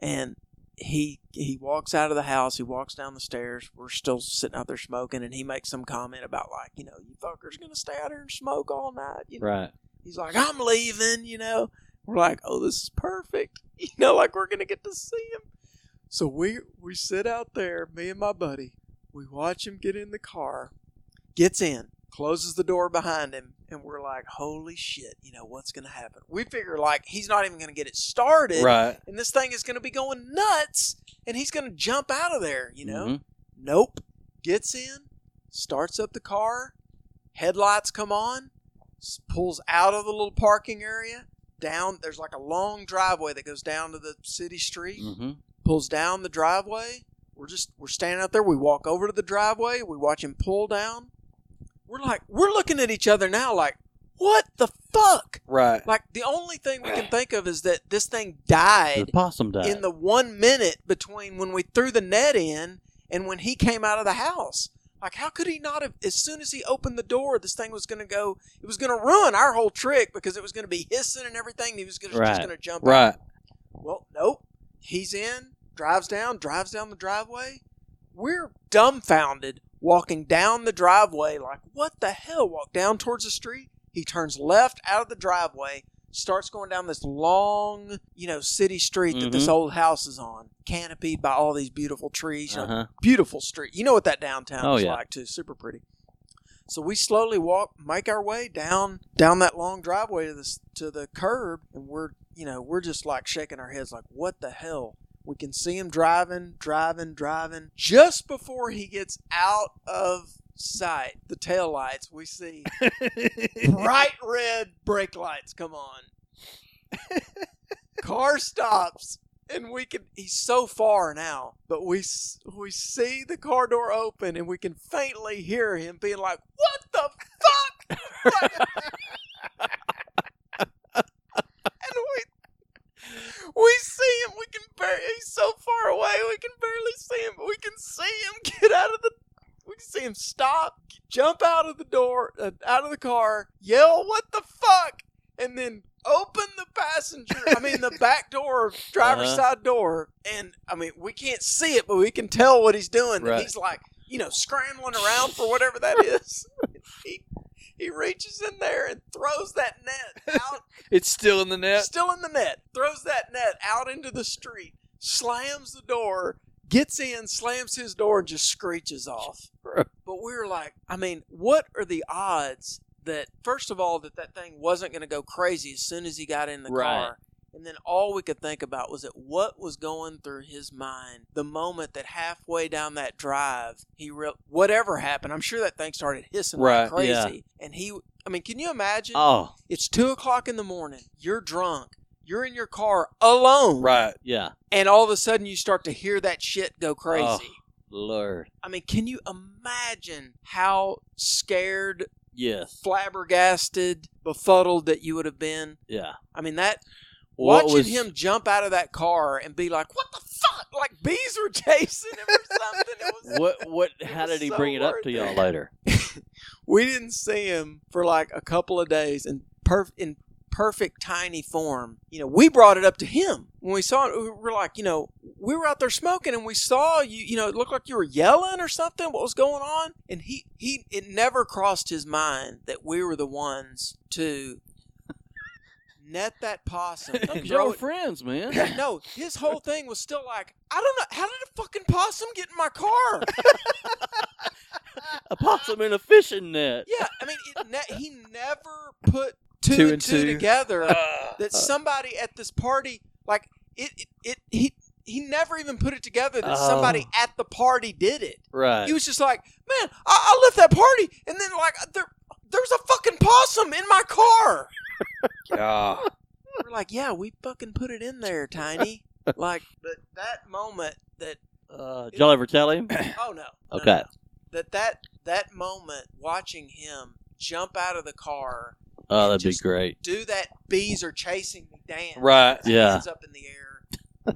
K: And he he walks out of the house. He walks down the stairs. We're still sitting out there smoking, and he makes some comment about like, you know, you fuckers gonna stay out here and smoke all night. You know?
I: Right.
K: He's like, I'm leaving. You know. We're like, oh, this is perfect. You know, like we're gonna get to see him. So we we sit out there, me and my buddy. We watch him get in the car, gets in, closes the door behind him, and we're like, holy shit, you know what's gonna happen? We figure like he's not even gonna get it started,
L: Right.
K: And this thing is gonna be going nuts, and he's gonna jump out of there, you know?
I: Mhm.
K: Nope. Gets in, starts up the car, headlights come on, s- pulls out of the little parking area. Down there's like a long driveway that goes down to the city street
I: Mm-hmm.
K: pulls down the driveway. We're just we're standing out there. We walk over to the driveway. We watch him pull down. We're like we're looking at each other now, like what the fuck?
L: Right.
K: Like the only thing we can think of is that this thing died
I: The possum died.
K: in the one minute between when we threw the net in and when he came out of the house. Like how could he not have? As soon as he opened the door, this thing was going to go. It was going to ruin our whole trick because it was going to be hissing and everything. He was gonna,
I: Right.
K: just going to jump out.
L: Right.
K: Well, nope. He's in, drives down, drives down the driveway. We're dumbfounded walking down the driveway, like, what the hell? Walk down towards the street. He turns left out of the driveway, starts going down this long, you know, city street that this
I: Mhm.
K: old house is on, canopied by all these beautiful trees. You know,
I: Uh-huh.
K: Beautiful street. You know what that downtown
I: Oh,
K: is
I: yeah.
K: like, too. Super pretty. So we slowly walk, make our way down down that long driveway to the to the curb, and we're you know we're just like shaking our heads, like what the hell? We can see him driving, driving, driving. Just before he gets out of sight, the tail lights we see bright red brake lights come on. Car stops, and we can. He's so far now, but we s- we see the car door open, and we can faintly hear him being like, "What the fuck?" and we we see him. We can barely. He's so far away. We can barely see him, but we can see him get out of the. We can see him stop, jump out of the door, uh, out of the car, yell, "What the fuck!" and then open the passenger. I mean, the back door, driver's
I: Uh-huh.
K: side door, and I mean, we can't see it, but we can tell what he's doing. And
I: Right.
K: he's like, you know, scrambling around for whatever that is. he he reaches in there and throws that net out
L: It's still in the net.
K: still in the net, throws that net out into the street, slams the door, gets in, slams his door, and just screeches off. But we were like, I mean, what are the odds that, first of all, that that thing wasn't going to go crazy as soon as he got in the
I: Right.
K: car? And then all we could think about was that what was going through his mind the moment that halfway down that drive, he real whatever happened. I'm sure that thing started hissing like
I: Right,
K: crazy.
I: yeah.
K: And he, I mean, can you imagine?
I: Oh.
K: It's two o'clock in the morning. You're drunk. You're in your car alone.
L: Right.
I: Yeah.
K: And all of a sudden, you start to hear that shit go crazy.
I: Oh. Lord.
K: I mean, can you imagine how scared,
I: Yes.
K: flabbergasted, befuddled that you would have been?
I: Yeah.
K: I mean, that
I: What
K: watching
I: was-
K: him jump out of that car and be like, "What the fuck?" Like bees were chasing him or something. It was
I: What? What? How did he
K: so
I: bring it up to y'all later?
K: we didn't see him for like a couple of days in perf- in perfect tiny form. You know, we brought it up to him when we saw it. We were like, you know, we were out there smoking and we saw you. You know, it looked like you were yelling or something. What was going on? And he he it never crossed his mind that we were the ones to. Net that possum. and
I: Y'all
K: throw
I: were
K: it-
I: friends, man.
K: no, his whole thing was still like, I don't know, how did a fucking possum get in my car?
I: A possum in a fishing net.
K: yeah, I mean, it ne- he never put two,
I: Two
K: and
I: and
K: two,
I: two.
K: together
I: Uh.
K: that somebody at this party, like it, it, it he. He never even put it together that
I: Oh.
K: somebody at the party did it.
I: Right.
K: He was just like, "Man, I, I left that party, and then like there, there's a fucking possum in my car." We're like, "Yeah, we fucking put it in there, Tiny." like, but that moment that
I: Uh, did y'all ever tell him?
K: oh no, no,
I: Okay.
K: that that that moment watching him jump out of the car
I: Oh, that'd be great.
K: do that bees are chasing me dance
I: Right,
K: with his
I: yeah.
K: hands up in the air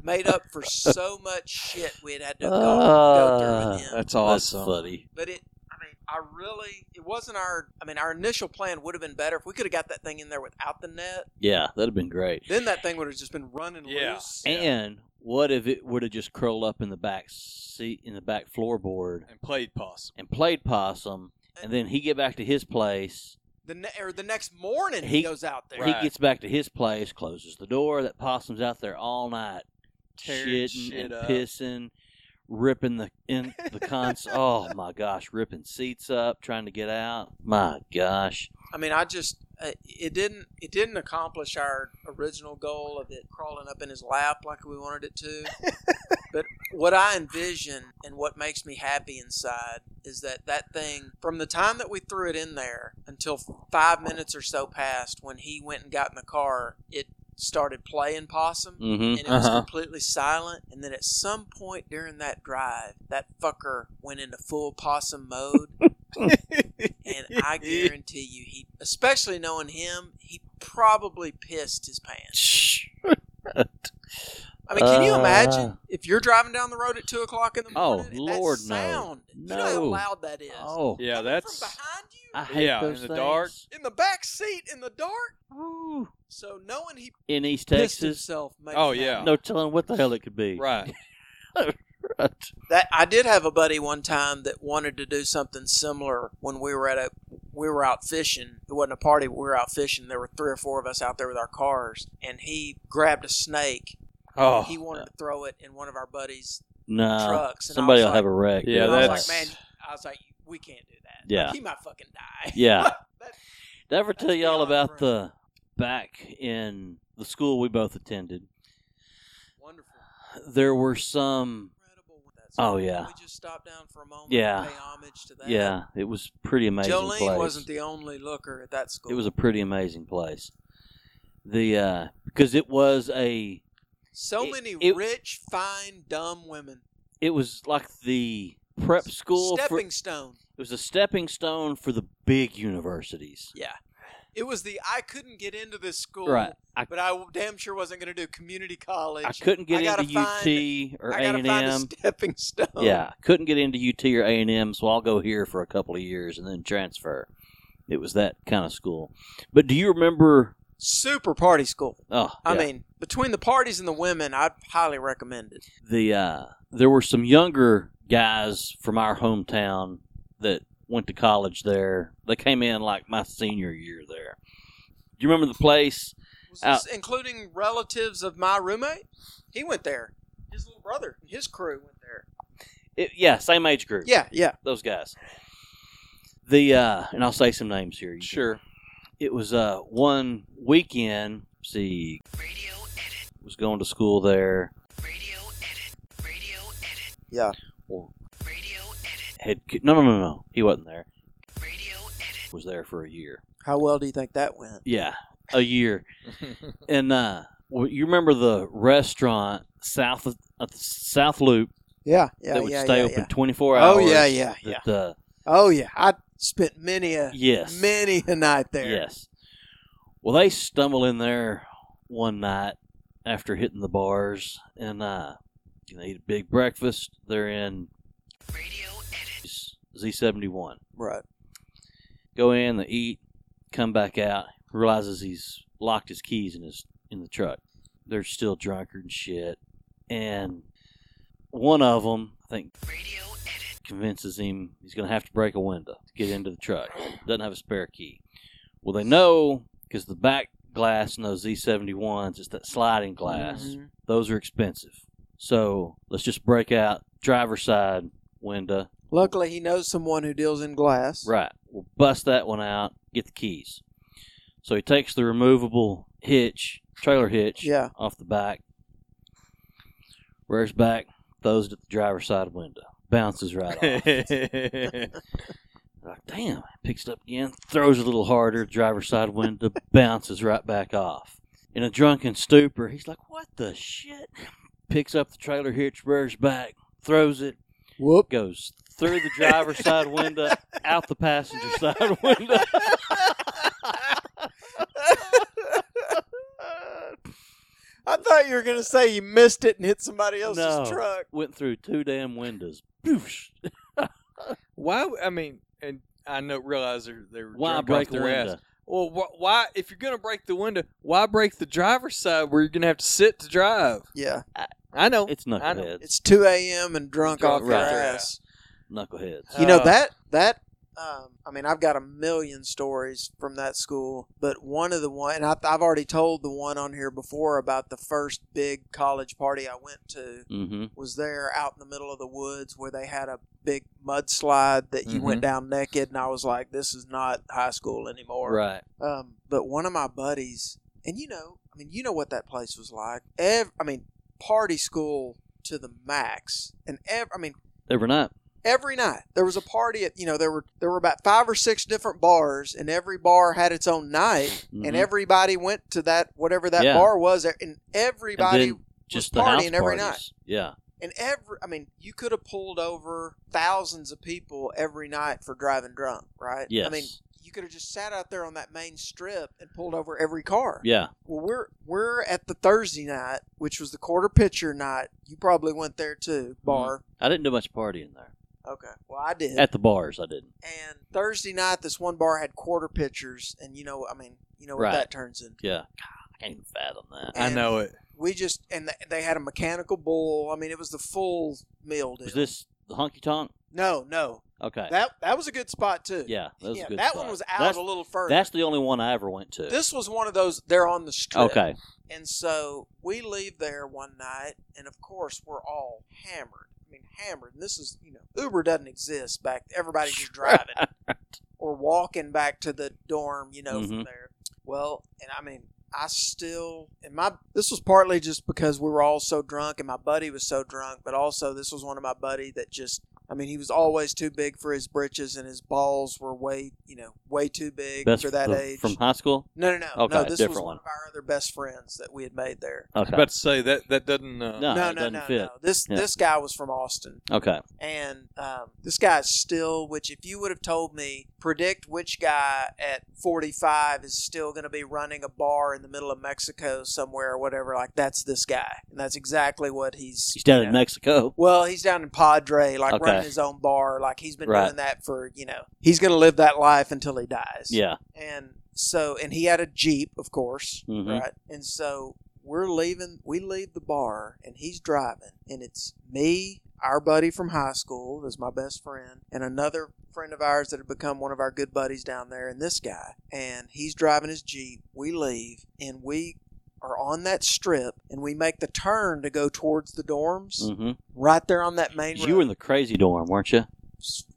K: made up for so much shit we had had to go,
I: Ah,
K: go through with him
G: that's awesome.
I: funny.
K: but it i mean i really it wasn't our i mean our initial plan would have been better if we could have got that thing in there without the net
I: Yeah, that'd have been great.
K: then that thing would have just been running loose
I: And what if it would have just curled up in the back seat, in the back floorboard,
L: and played possum.
I: and played possum, and then he get back to his place.
K: the ne- or the next morning he,
I: He-
K: goes out there
I: He gets back to his place, closes the door. That possum's out there all night,
L: Tearing
I: shitting
L: shit
I: and
L: up.
I: pissing, ripping the in the cons. oh my gosh, ripping seats up, trying to get out. My gosh,
K: I mean, I just uh, it didn't it didn't accomplish our original goal of it crawling up in his lap like we wanted it to. but what I envision and what makes me happy inside is that that thing from the time that we threw it in there until 5 minutes or so passed when he went and got in the car, it started playing possum
I: Mhm.
K: and it was
I: Uh-huh.
K: completely silent and then at some point during that drive that fucker went into full possum mode and I guarantee you, he, especially knowing him, he probably pissed his pants. I mean, can you imagine
I: Uh.
K: if you're driving down the road at two o'clock in the
I: oh
K: morning?
I: Lord,
K: that
I: no,
K: sound,
I: no,
K: you know how loud that is.
I: oh
L: Yeah, that's
I: I hate
L: Yeah,
I: those
L: in the dark.
I: things.
K: In the back seat, in the dark. So knowing he
I: in East
K: pissed
I: Texas.
K: himself. Makes
L: Oh,
K: me
L: yeah.
K: happy.
I: No telling what the hell it could be.
L: right.
I: Right.
K: That I did have a buddy one time that wanted to do something similar when we were at a we were out fishing. It wasn't a party, but we were out fishing. There were three or four of us out there with our cars, and he grabbed a snake.
L: Oh.
K: he wanted to throw it in one of our buddies'
I: No,
K: trucks. And I
I: somebody
K: was
I: will
K: like,
I: have a wreck.
L: Yeah,
K: and
I: dude.
K: I
L: that's-
K: was like, man, I was like, we can't do that. Like,
I: Yeah.
K: he might fucking die.
I: Yeah. Did I ever tell
K: that's
I: y'all
K: beyond
I: about
K: friend.
I: the back in the school we both attended?
K: Wonderful,
I: There were some.
K: incredible. That's
I: Oh,
K: Can
I: yeah.
K: we just stop down for a moment.
I: Yeah.
K: and pay homage to that.
I: Yeah, it was pretty amazing.
K: Jolene
I: place.
K: wasn't the only looker at that school.
I: It was a pretty amazing place. The uh because it was a
K: so
I: it-
K: many
I: it-
K: rich, fine, dumb women.
I: it was like the prep school for
K: stepping
I: it
K: stone.
I: was a stepping stone for the big universities.
K: Yeah. It was the I couldn't get into this school,
I: Right. I-
K: but I damn sure wasn't going to do community college.
I: I couldn't get
K: I gotta
I: into
K: find-
I: UT or
K: I
I: A
K: gotta
I: and
K: find a
I: M.
K: stepping stone.
I: Yeah, couldn't get into UT or A and M, so I'll go here for a couple of years and then transfer. It was that kind of school. But do you remember?
K: super party school.
I: Oh,
K: I
I: yeah.
K: mean, between the parties and the women, I highly recommend it.
I: the uh, there were some younger guys from our hometown that went to college there. They came in like my senior year there. Do you remember the place?
K: Was
I: Uh,
K: this including relatives of my roommate, he went there. His little brother, and his crew went there.
I: It, yeah, same age group.
K: Yeah, yeah.
I: those guys. The uh, and I'll say some names here. You can-
L: Sure.
I: it was uh one weekend. let's See, was going to school there.
E: Yeah.
I: Or had no no no no. He wasn't there. Was there for a year.
K: How well do you think that went?
I: Yeah, a year. and uh, well, you remember the restaurant uh, south of at the South Loop
K: Yeah, yeah,
I: that would
K: yeah,
I: stay
K: yeah,
I: open
K: yeah.
I: 24
K: Oh,
I: hours.
K: yeah, yeah,
I: that,
K: yeah.
I: uh,
K: Oh yeah, I spent many a
I: Yes.
K: many a night there.
I: Yes. Well, they stumble in there one night after hitting the bars, and uh, you know, eat a big breakfast. They're in Z seventy one.
K: Right.
I: Go in, they eat, come back out. Realizes he's locked his keys in his in the truck. They're still drunkard and shit, and one of them, I think, convinces him he's going to have to break a window to get into the truck. Doesn't have a spare key. Well, they know because the back glass in those Z71s, it's that sliding glass.
K: Mhm.
I: Those are expensive. So let's just break out driver's side window.
K: Luckily, he knows someone who deals in glass.
I: Right. We'll bust that one out, get the keys. So he takes the removable hitch, trailer hitch,
K: Yeah.
I: off the back, rears back, throws it at the driver's side window, bounces right off. Like, damn, picks it up again, throws it a little harder, driver's side window, bounces right back off. In a drunken stupor, he's like, what the shit? Picks up the trailer hitch, rears back, throws it.
K: Whoop.
I: Goes through the driver's side window, out the passenger side window.
K: I thought you were gonna say you missed it and hit somebody else's
I: no,
K: truck.
I: went through two damn windows.
G: Why? w- I mean, and I know realize they're they're
I: Why
G: drunk
I: break
G: off
I: the
G: their ass.
I: window?
G: Well, wh- why if you're gonna break the window, why break the driver's side where you're gonna have to sit to drive?
K: Yeah,
G: I know
I: It's
G: I know.
I: knuckleheads.
K: it's two a.m. and drunk
G: Drunk
K: off your
I: right.
K: ass.
I: Knuckleheads.
K: You know
G: Uh,
K: that that um, I mean, I've got a million stories from that school, but one of the one, and I, I've already told the one on here before about the first big college party I went to
I: Mm-hmm.
K: was there out in the middle of the woods where they had a big mudslide that you went
I: Mhm.
K: down naked, and I was like, this is not high school anymore.
I: Right.
K: Um, but one of my buddies, and you know, I mean, you know what that place was like. Ev- I mean, party school to the max, and ev- I mean,
I: Every night.
K: every night there was a party at you know there were there were about five or six different bars and every bar had its own night
I: Mhm.
K: and everybody went to that whatever that
I: Yeah.
K: bar was and
I: And
K: everybody
I: then just
K: was
I: the house
K: partying every
I: parties.
K: night.
I: Yeah.
K: and every i mean you could have pulled over thousands of people every night for driving drunk right i
I: Yes.
K: mean you could have just sat out there on that main strip and pulled over every car
I: Yeah.
K: well we're we're at the thursday night which was the quarter pitcher night you probably went there too
I: Mm-hmm.
K: bar
I: I didn't do much partying there.
K: okay well i did
I: At the bars, I didn't.
K: and Thursday night, this one bar had quarter pitchers, and you know, I mean, you know what
I: Right.
K: that turns into.
I: Yeah. I can't even fathom that.
K: And
G: I know it.
K: We just and th- they had a mechanical bull. I mean, it was the full meal deal.
I: Was this the honky tonk?
K: no, no,
I: Okay.
K: that that was a good spot too.
I: yeah, that was
K: yeah,
I: a good.
K: that
I: spot.
K: one was out
I: That's-
K: a little further.
I: That's the only one I ever went to.
K: this was one of those. They're on the strip.
I: okay.
K: And so we leave there one night, and of course we're all hammered. I mean, hammered. And this is, you know, Uber doesn't exist back. Everybody's just driving or walking back to the dorm, you know, from
I: Mhm.
K: there. Well, and I mean, I still and my this was partly just because we were all so drunk and my buddy was so drunk, but also this was one of my buddy that just. I mean, he was always too big for his britches, and his balls were way, you know, way too big
I: Best
K: for that
I: from,
K: age.
I: from high school.
K: No, no, no.
I: Okay,
K: no, this
I: different
K: was one.
I: one.
K: of our other best friends that we had made there.
I: Okay.
G: About to say that that doesn't. Uh,
I: no,
K: no, no,
I: it doesn't
K: no,
I: fit.
K: no. This
I: Yeah.
K: this guy was from Austin,
I: Okay.
K: and um, this guy's still. Which, if you would have told me, predict which guy at forty five is still going to be running a bar in the middle of Mexico somewhere or whatever, like that's this guy, and that's exactly what he's.
I: He's down
K: you
I: in
K: know.
I: Mexico.
K: Well, he's down in Padre, like
I: Okay.
K: running his own bar. Like he's been
I: Right.
K: doing that for you know. He's going to live that life until he dies.
I: Yeah.
K: And so, and he had a Jeep, of course,
I: Mhm.
K: right? And so we're leaving, we leave the bar, and he's driving, and it's me, our buddy from high school, that's my best friend, and another friend of ours that had become one of our good buddies down there, and this guy. And he's driving his Jeep. We leave, and we are on that strip, and we make the turn to go towards the dorms,
I: Mm-hmm.
K: right there on that main
I: You
K: road
I: were in the crazy dorm, weren't you?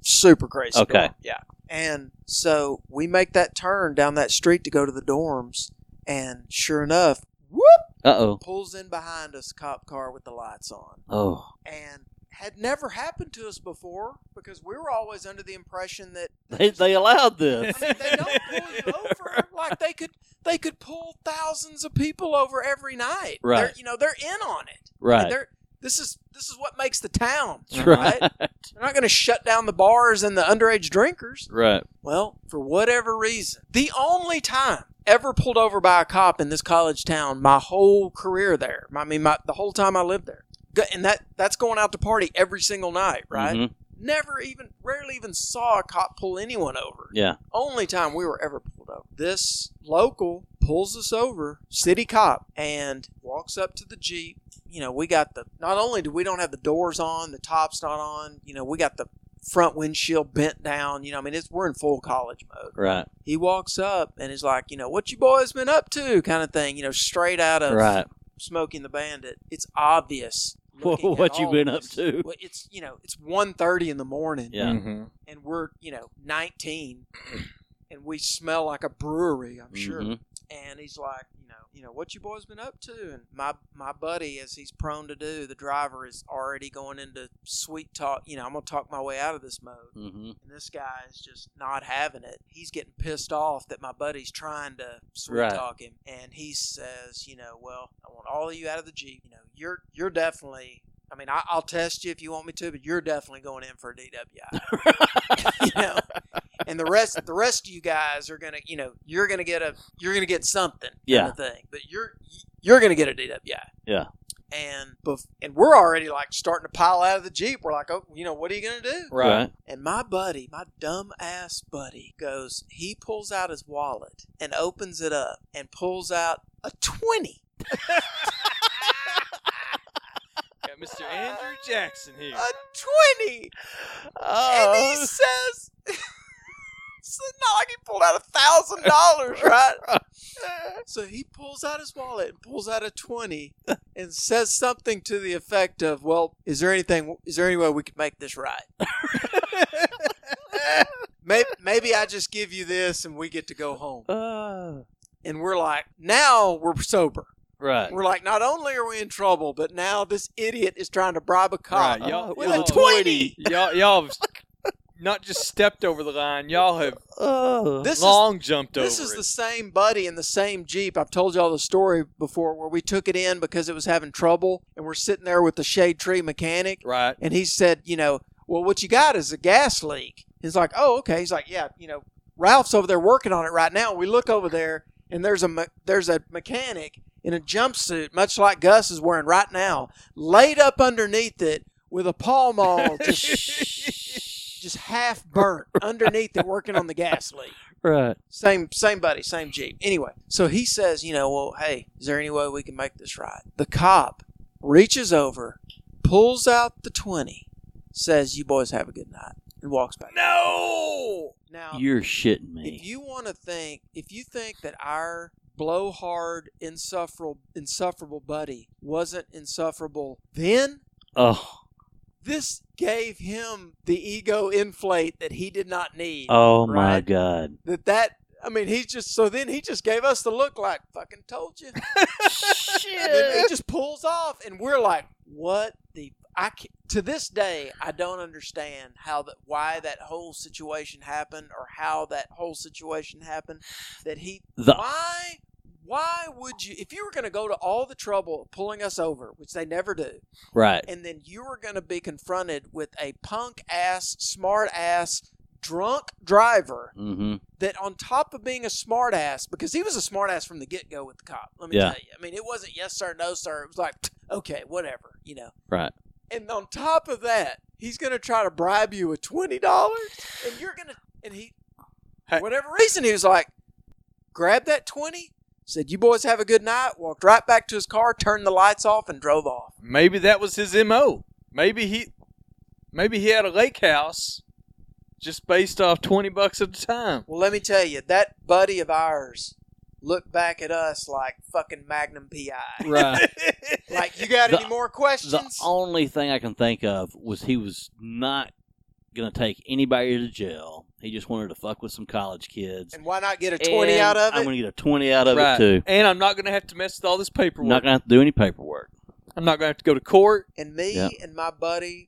K: super crazy.
I: Okay.
K: dorm. Yeah. And so we make that turn down that street to go to the dorms, and sure enough, whoop,
I: Uh oh.
K: pulls in behind us, cop car with the lights on,
I: Oh.
K: and had never happened to us before because we were always under the impression that
I: They they allowed this.
K: I mean, they don't pull you over like they could. They could pull thousands of people over every night. They're,
I: Right.
K: you know, they're in on it. And
I: Right.
K: they're, this is this is what makes the town,
I: That's
K: right?
I: right.
K: They're not going to shut down the bars and the underage drinkers.
I: Right.
K: Well, for whatever reason, the only time ever pulled over by a cop in this college town, my whole career there, I mean, my, the whole time I lived there, Go- and that that's going out to party every single night, right?
I: Mhm.
K: Never even, rarely even saw a cop pull anyone over.
I: Yeah.
K: Only time we were ever pulled over. This local pulls us over, city cop, and walks up to the Jeep. You know, we got the, not only do we don't have the doors on, the top's not on, you know, we got the front windshield bent down. You know, I mean, it's, we're in full college mode.
I: Right.
K: He walks up and is like, you know, what you boys been up to kind of thing, you know, straight out of
I: Right.
K: Smoking the Bandit. It's obvious. looking at
I: what you
K: all
I: been
K: of
I: up
K: us.
I: to?
K: Well, it's, you know, it's 1.30 in the morning
I: Yeah.
G: Mm-hmm.
I: Mhm.
K: and we're you know 19 and we smell like a brewery i'm sure
I: Mhm.
K: and he's like you know you know what you boys been up to and my my buddy as he's prone to do the driver is already going into sweet talk you know i'm gonna talk my way out of this mode
I: Mm-hmm.
K: and this guy is just not having it. He's getting pissed off that my buddy's trying to sweet
I: Right.
K: talk him, and he says, you know, well, I want all of you out of the jeep. You know, you're you're definitely. I mean, I, I'll test you if you want me to, but you're definitely going in for a DWI. you know, and the rest the rest of you guys are gonna, you know, you're gonna get a you're gonna get something, kind
I: Yeah.
K: of thing. But you're you're gonna get a DWI
I: Yeah.
K: and bef- and we're already like starting to pile out of the jeep. We're like, oh, you know, what are you gonna do?
I: Right. Right.
K: And my buddy, my dumb ass buddy, goes. He pulls out his wallet and opens it up and pulls out a twenty.
G: Got Mr. Andrew Jackson here.
K: A 20. And he says, it's not like he pulled out a thousand dollars, right? so he pulls out his wallet and pulls out a 20 and says something to the effect of, well, is there anything, is there any way we could make this right? maybe, maybe I just give you this and we get to go home.
I: Uh,
K: and we're like, now we're sober.
I: Right.
K: We're like, not only are we in trouble, but now this idiot is trying to bribe a cop
G: Right, Oh, y'all-
K: Oh, with
G: y'all-
K: a twenty.
G: Y'all, y'all have not just stepped over the line. Y'all have
I: Uh,
K: This is-
G: long jumped over.
K: This is the same buddy in the same Jeep. I've told y'all the story before where we took it in because it was having trouble and we're sitting there with the shade tree mechanic.
G: Right.
K: And he said, you know, well, what you got is a gas leak. He's like, oh, okay. He's like, yeah, you know, Ralph's over there working on it right now. We look over there and there's a, me- there's a mechanic in a jumpsuit, much like Gus is wearing right now, laid up underneath it with a palm all just, just half burnt underneath it working on the gas leak.
I: Right.
K: Same same buddy, same Jeep. Anyway, so he says, you know, well, hey, is there any way we can make this right? The cop reaches over, pulls out the twenty, says, You boys have a good night, and walks back. No Now
I: You're shitting me.
K: if you want to think if you think that our blowhard insufferable insufferable buddy wasn't insufferable then
I: Oh.
K: this gave him the ego inflate that he did not need
I: Oh my
K: right?
I: God.
K: that that I mean he's just so then he just gave us the look like fucking told you. And then he just pulls off and we're like what the I ca- to this day I don't understand how that why that whole situation happened or how that whole situation happened that he
I: The-
K: why why would you if you were going to go to all the trouble of pulling us over which they never do
I: Right.
K: and then you were going to be confronted with a punk ass smart ass drunk driver
I: Mm-hmm.
K: that on top of being a smartass, because he was a smartass from the get go with the cop, let me
I: Yeah.
K: tell you. I mean, it wasn't yes sir, no sir. It was like, okay, whatever, you know.
I: Right.
K: And on top of that, he's going to try to bribe you with $20 and you're going to, and he, for whatever reason, he was like, grab that 20 said, you boys have a good night, walked right back to his car, turned the lights off, and drove off.
G: Maybe that was his mo. Maybe he, maybe he had a lake house, just based off twenty bucks at a time.
K: Well, let me tell you, that buddy of ours looked back at us like fucking Magnum PI.
I: Right.
K: like, you got
I: The-
K: any more questions?
I: The only thing I can think of was he was not going to take anybody to jail. He just wanted to fuck with some college kids.
K: And why not get a 20
I: And
K: out of it?
I: I'm going to get a 20 out of
G: Right.
I: it, too.
G: And I'm not going to have to mess with all this paperwork.
I: Not going to have to do any paperwork.
G: I'm not going to have to go to court.
K: and me
I: Yeah.
K: and my buddy,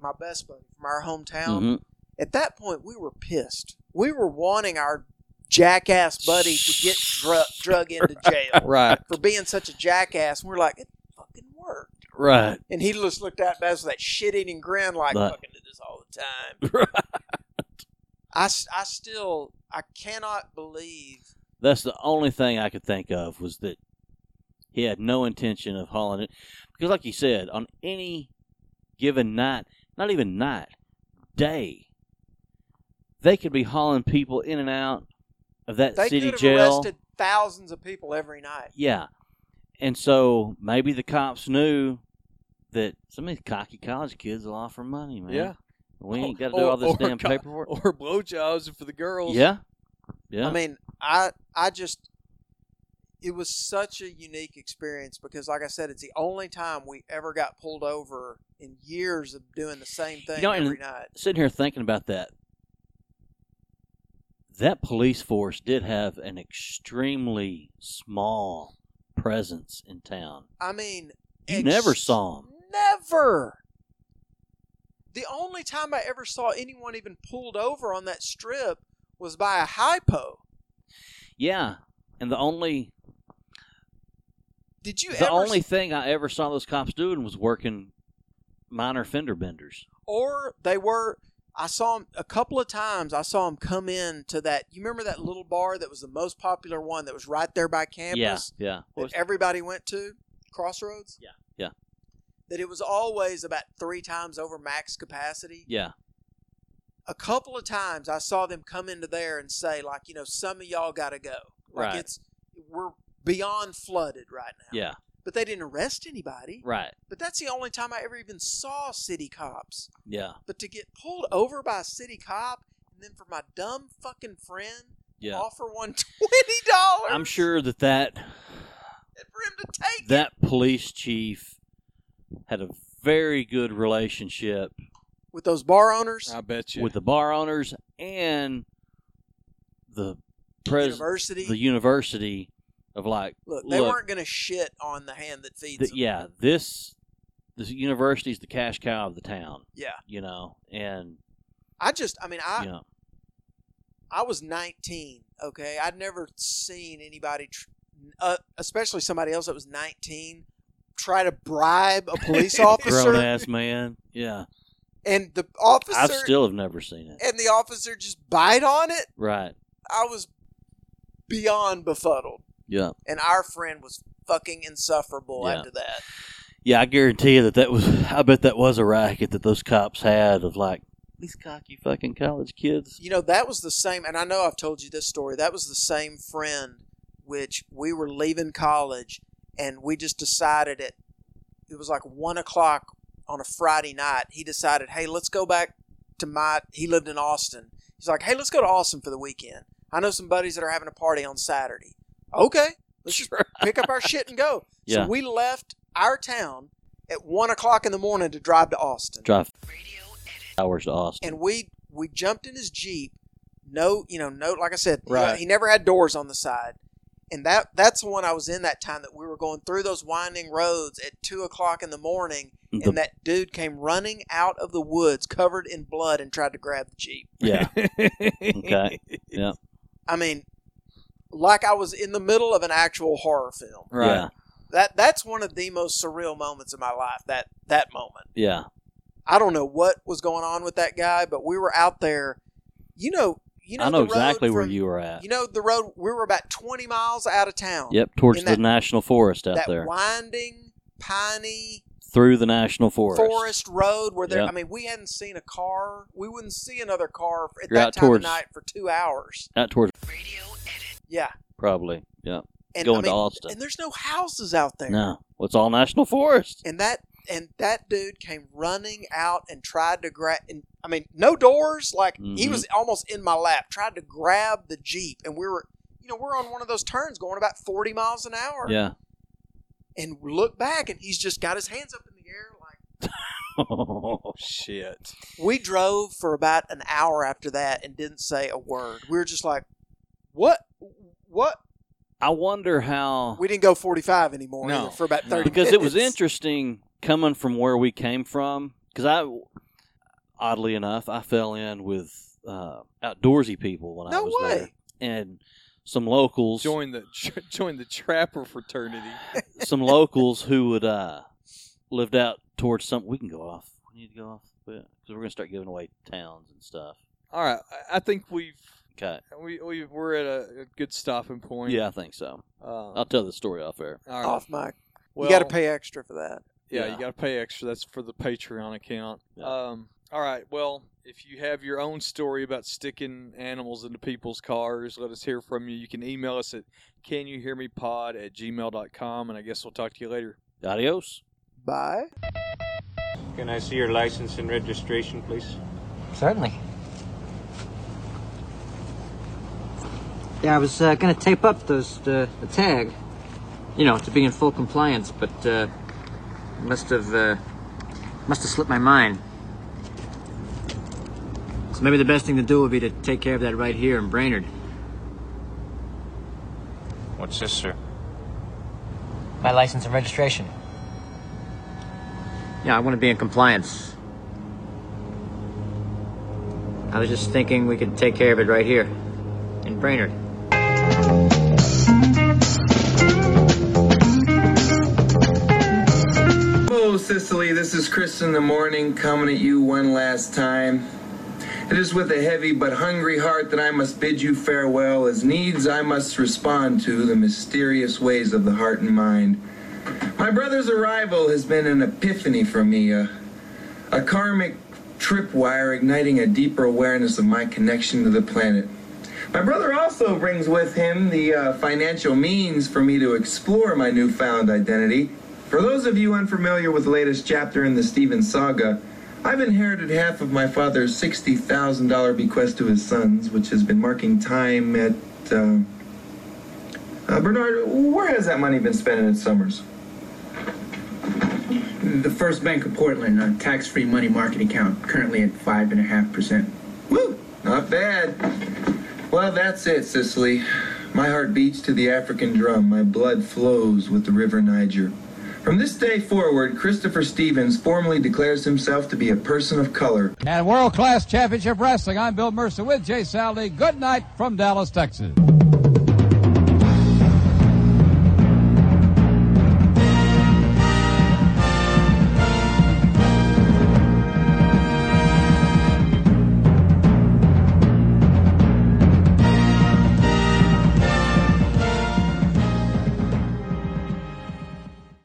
K: my best buddy from our hometown,
I: Mhm.
K: at that point, we were pissed. We were wanting our jackass buddy to get dru- drug into jail
G: Right.
K: for being such a jackass. And we're like, it fucking worked.
M: Right.
K: And he just looked at Baz with that shit-eating grin, like
M: Right.
K: fucking do this all the time. I, s- I still I cannot believe
I: That's the only thing I could think of was that he had no intention of hauling it because, like you said, on any given night, not even night, day, they could be hauling people in and out of that
K: they
I: city
K: could have
I: jail.
K: arrested thousands of people every night.
I: Yeah. And so maybe the cops knew that some of these cocky college kids will offer money, man.
L: Yeah.
I: We ain't got to do
L: Or-
I: all this
L: or
I: damn
L: co-
I: paperwork.
L: Or blowjobs for the girls.
I: Yeah. Yeah.
K: I mean, I I just it was such a unique experience because like I said, it's the only time we ever got pulled over in years of doing the same thing
I: You know, and
K: every night.
I: sitting here thinking about that, that police force did have an extremely small presence in town.
K: I mean,
I: You never saw them.
K: never. The only time I ever saw anyone even pulled over on that strip was by a hypo.
I: Yeah. And the only
K: Did you
I: the
K: ever
I: only thing I ever saw those cops doing was working minor fender benders.
K: or they were I saw them a couple of times. I saw them come in to that. You remember that little bar that was the most popular one that was right there by campus?
I: Yeah. Yeah.
K: that everybody went to Crossroads.
I: Yeah, yeah.
K: That it was always about three times over max capacity.
I: Yeah.
K: A couple of times I saw them come into there and say, like, you know, some of y'all got to go. Like
I: Right.
K: it's we're beyond flooded right now.
I: Yeah.
K: But they didn't arrest anybody.
I: Right.
K: But that's the only time I ever even saw city cops.
I: Yeah.
K: But to get pulled over by a city cop and then for my dumb fucking friend
I: Yeah.
K: offer one twenty dollars
I: I'm sure that that that police chief had a very good relationship
K: with those bar owners.
L: I bet
I: with the bar owners and the pres-
K: University.
I: the university of like
K: Look, they weren't going to shit on the hand that feeds
I: th-
K: them.
I: yeah this this university's the cash cow of the town
K: Yeah.
I: you know and
K: I just, I mean, I
I: you know
K: I was 19. Okay, I'd never seen anybody, tr- uh, especially somebody else that was 19, try to bribe a police
I: grown
K: officer,
I: ass man yeah
K: and the officer
I: I still have never seen it
K: and the officer just bite on it.
I: right
K: I was beyond befuddled,
I: yeah
K: and our friend was fucking insufferable
I: Yeah.
K: after that.
I: yeah I guarantee you that that was I bet that was a racket that those cops had of like these cocky fucking college kids
K: You know, that was the same, and I know I've told you this story. That was the same friend, which we were leaving college, and we just decided it. It was like one o'clock on a Friday night. He decided, hey, let's go back to my. He lived in Austin. He's like, hey, let's go to Austin for the weekend. I know some buddies that are having a party on Saturday. Okay, let's just pick up our shit and go.
I: Yeah.
K: So we left our town at one o'clock in the morning to drive to Austin
I: drive hours to Austin
K: and we we jumped in his jeep. No, you know, no. Like I said, he-
I: Right.
K: he, never had doors on the side, and that that's the one I was in that time that we were going through those winding roads at two o'clock in the morning, and
I: The-
K: that dude came running out of the woods covered in blood and tried to grab the jeep.
I: yeah okay yeah
K: I mean, like I was in the middle of an actual horror film.
I: right yeah.
K: That that's one of the most surreal moments of my life. That that moment.
I: yeah.
K: I don't know what was going on with that guy, but we were out there. You know, you know,
I: I know
K: the road
I: exactly where
K: from-
I: you were at.
K: You know, the road. We were about twenty miles out of town.
I: Uh, yep, towards
K: in
I: the
K: that-
I: national forest out
K: that
I: there,
K: winding, piney
I: through the national
K: forest,
I: forest.
K: road where there.
I: Yeah.
K: I mean, we hadn't seen a car. We wouldn't see another car at
I: You're
K: that
I: out
K: time
I: towards-
K: of night for two hours.
I: Out towards
K: Yeah,
I: probably. Yeah,
K: and
I: going
K: I mean,
I: to Austin.
K: And there's no houses out there.
I: No, well, it's all national forest.
K: And that and that dude came running out and tried to grab. And I mean, no doors. Like he
I: Mhm.
K: was almost in my lap. Tried to grab the jeep, and we were, you know, we're on one of those turns going about forty miles an hour.
I: Yeah.
K: And we look back, and he's just got his hands up in the air. Like
I: Oh
L: shit.
K: we drove for about an hour after that, and didn't say a word. We were just like, what, what?
I: I wonder how
K: We didn't go forty five anymore either for about thirty
I: because it was
K: minutes.
I: interesting coming from where we came from. Because I, oddly enough, I fell in with uh, outdoorsy people when I
L: No
I: was
L: way.
I: there, and some locals.
L: Join the join the trapper fraternity.
I: some locals who would uh, lived out towards something. We can go off. We need to go off, because we're gonna start giving away towns and stuff.
G: All right, I think we've
I: Okay.
G: we we we're at a, a good stopping point.
I: Yeah, I think so.
G: Um,
I: I'll tell the story off air.
G: All right.
N: Off mic.
G: Well-
N: you got to pay extra for that.
G: Yeah,
N: Yeah.
G: you got to pay extra. That's for the Patreon account. Um, all right. Well, if you have your own story about sticking animals into people's cars, let us hear from you. You can email us at canyouhearmepod at gmail.com, and I guess we'll talk to you later.
I: Adios.
N: Bye.
O: Can I see your license and registration, please?
P: Certainly. Yeah, I was uh, going to tape up those uh, the tag, you know, to be in full compliance, but uh, must have uh, must have slipped my mind. So maybe the best thing to do would be to take care of that right here in Brainerd.
O: What's this, sir?
P: My license and registration. Yeah, I want to be in compliance. I was just thinking we could take care of it right here in Brainerd.
F: Hello, Sicily. This is Chris in the morning coming at you one last time. It is with a heavy but hungry heart that I must bid you farewell, as needs I must respond to the mysterious ways of the heart and mind. My brother's arrival has been an epiphany for me, a, a karmic tripwire igniting a deeper awareness of my connection to the planet. My brother also brings with him the uh, financial means for me to explore my newfound identity. For those of you unfamiliar with the latest chapter in the Stephen saga, I've inherited half of my father's $60,000 bequest to his sons, which has been marking time at. Uh, uh, Bernard, where has that money been spent in Summers?
C: The First Bank of Portland, a tax-free money market account, currently at five and a half percent.
F: Not bad. Well, that's it, Sicily. My heart beats to the African drum. My blood flows with the river Niger. From this day forward, Christopher Stevens formally declares himself to be a person of color.
K: And World Class Championship Wrestling. I'm Bill Mercer with Jay Saldee. Good night from Dallas, Texas.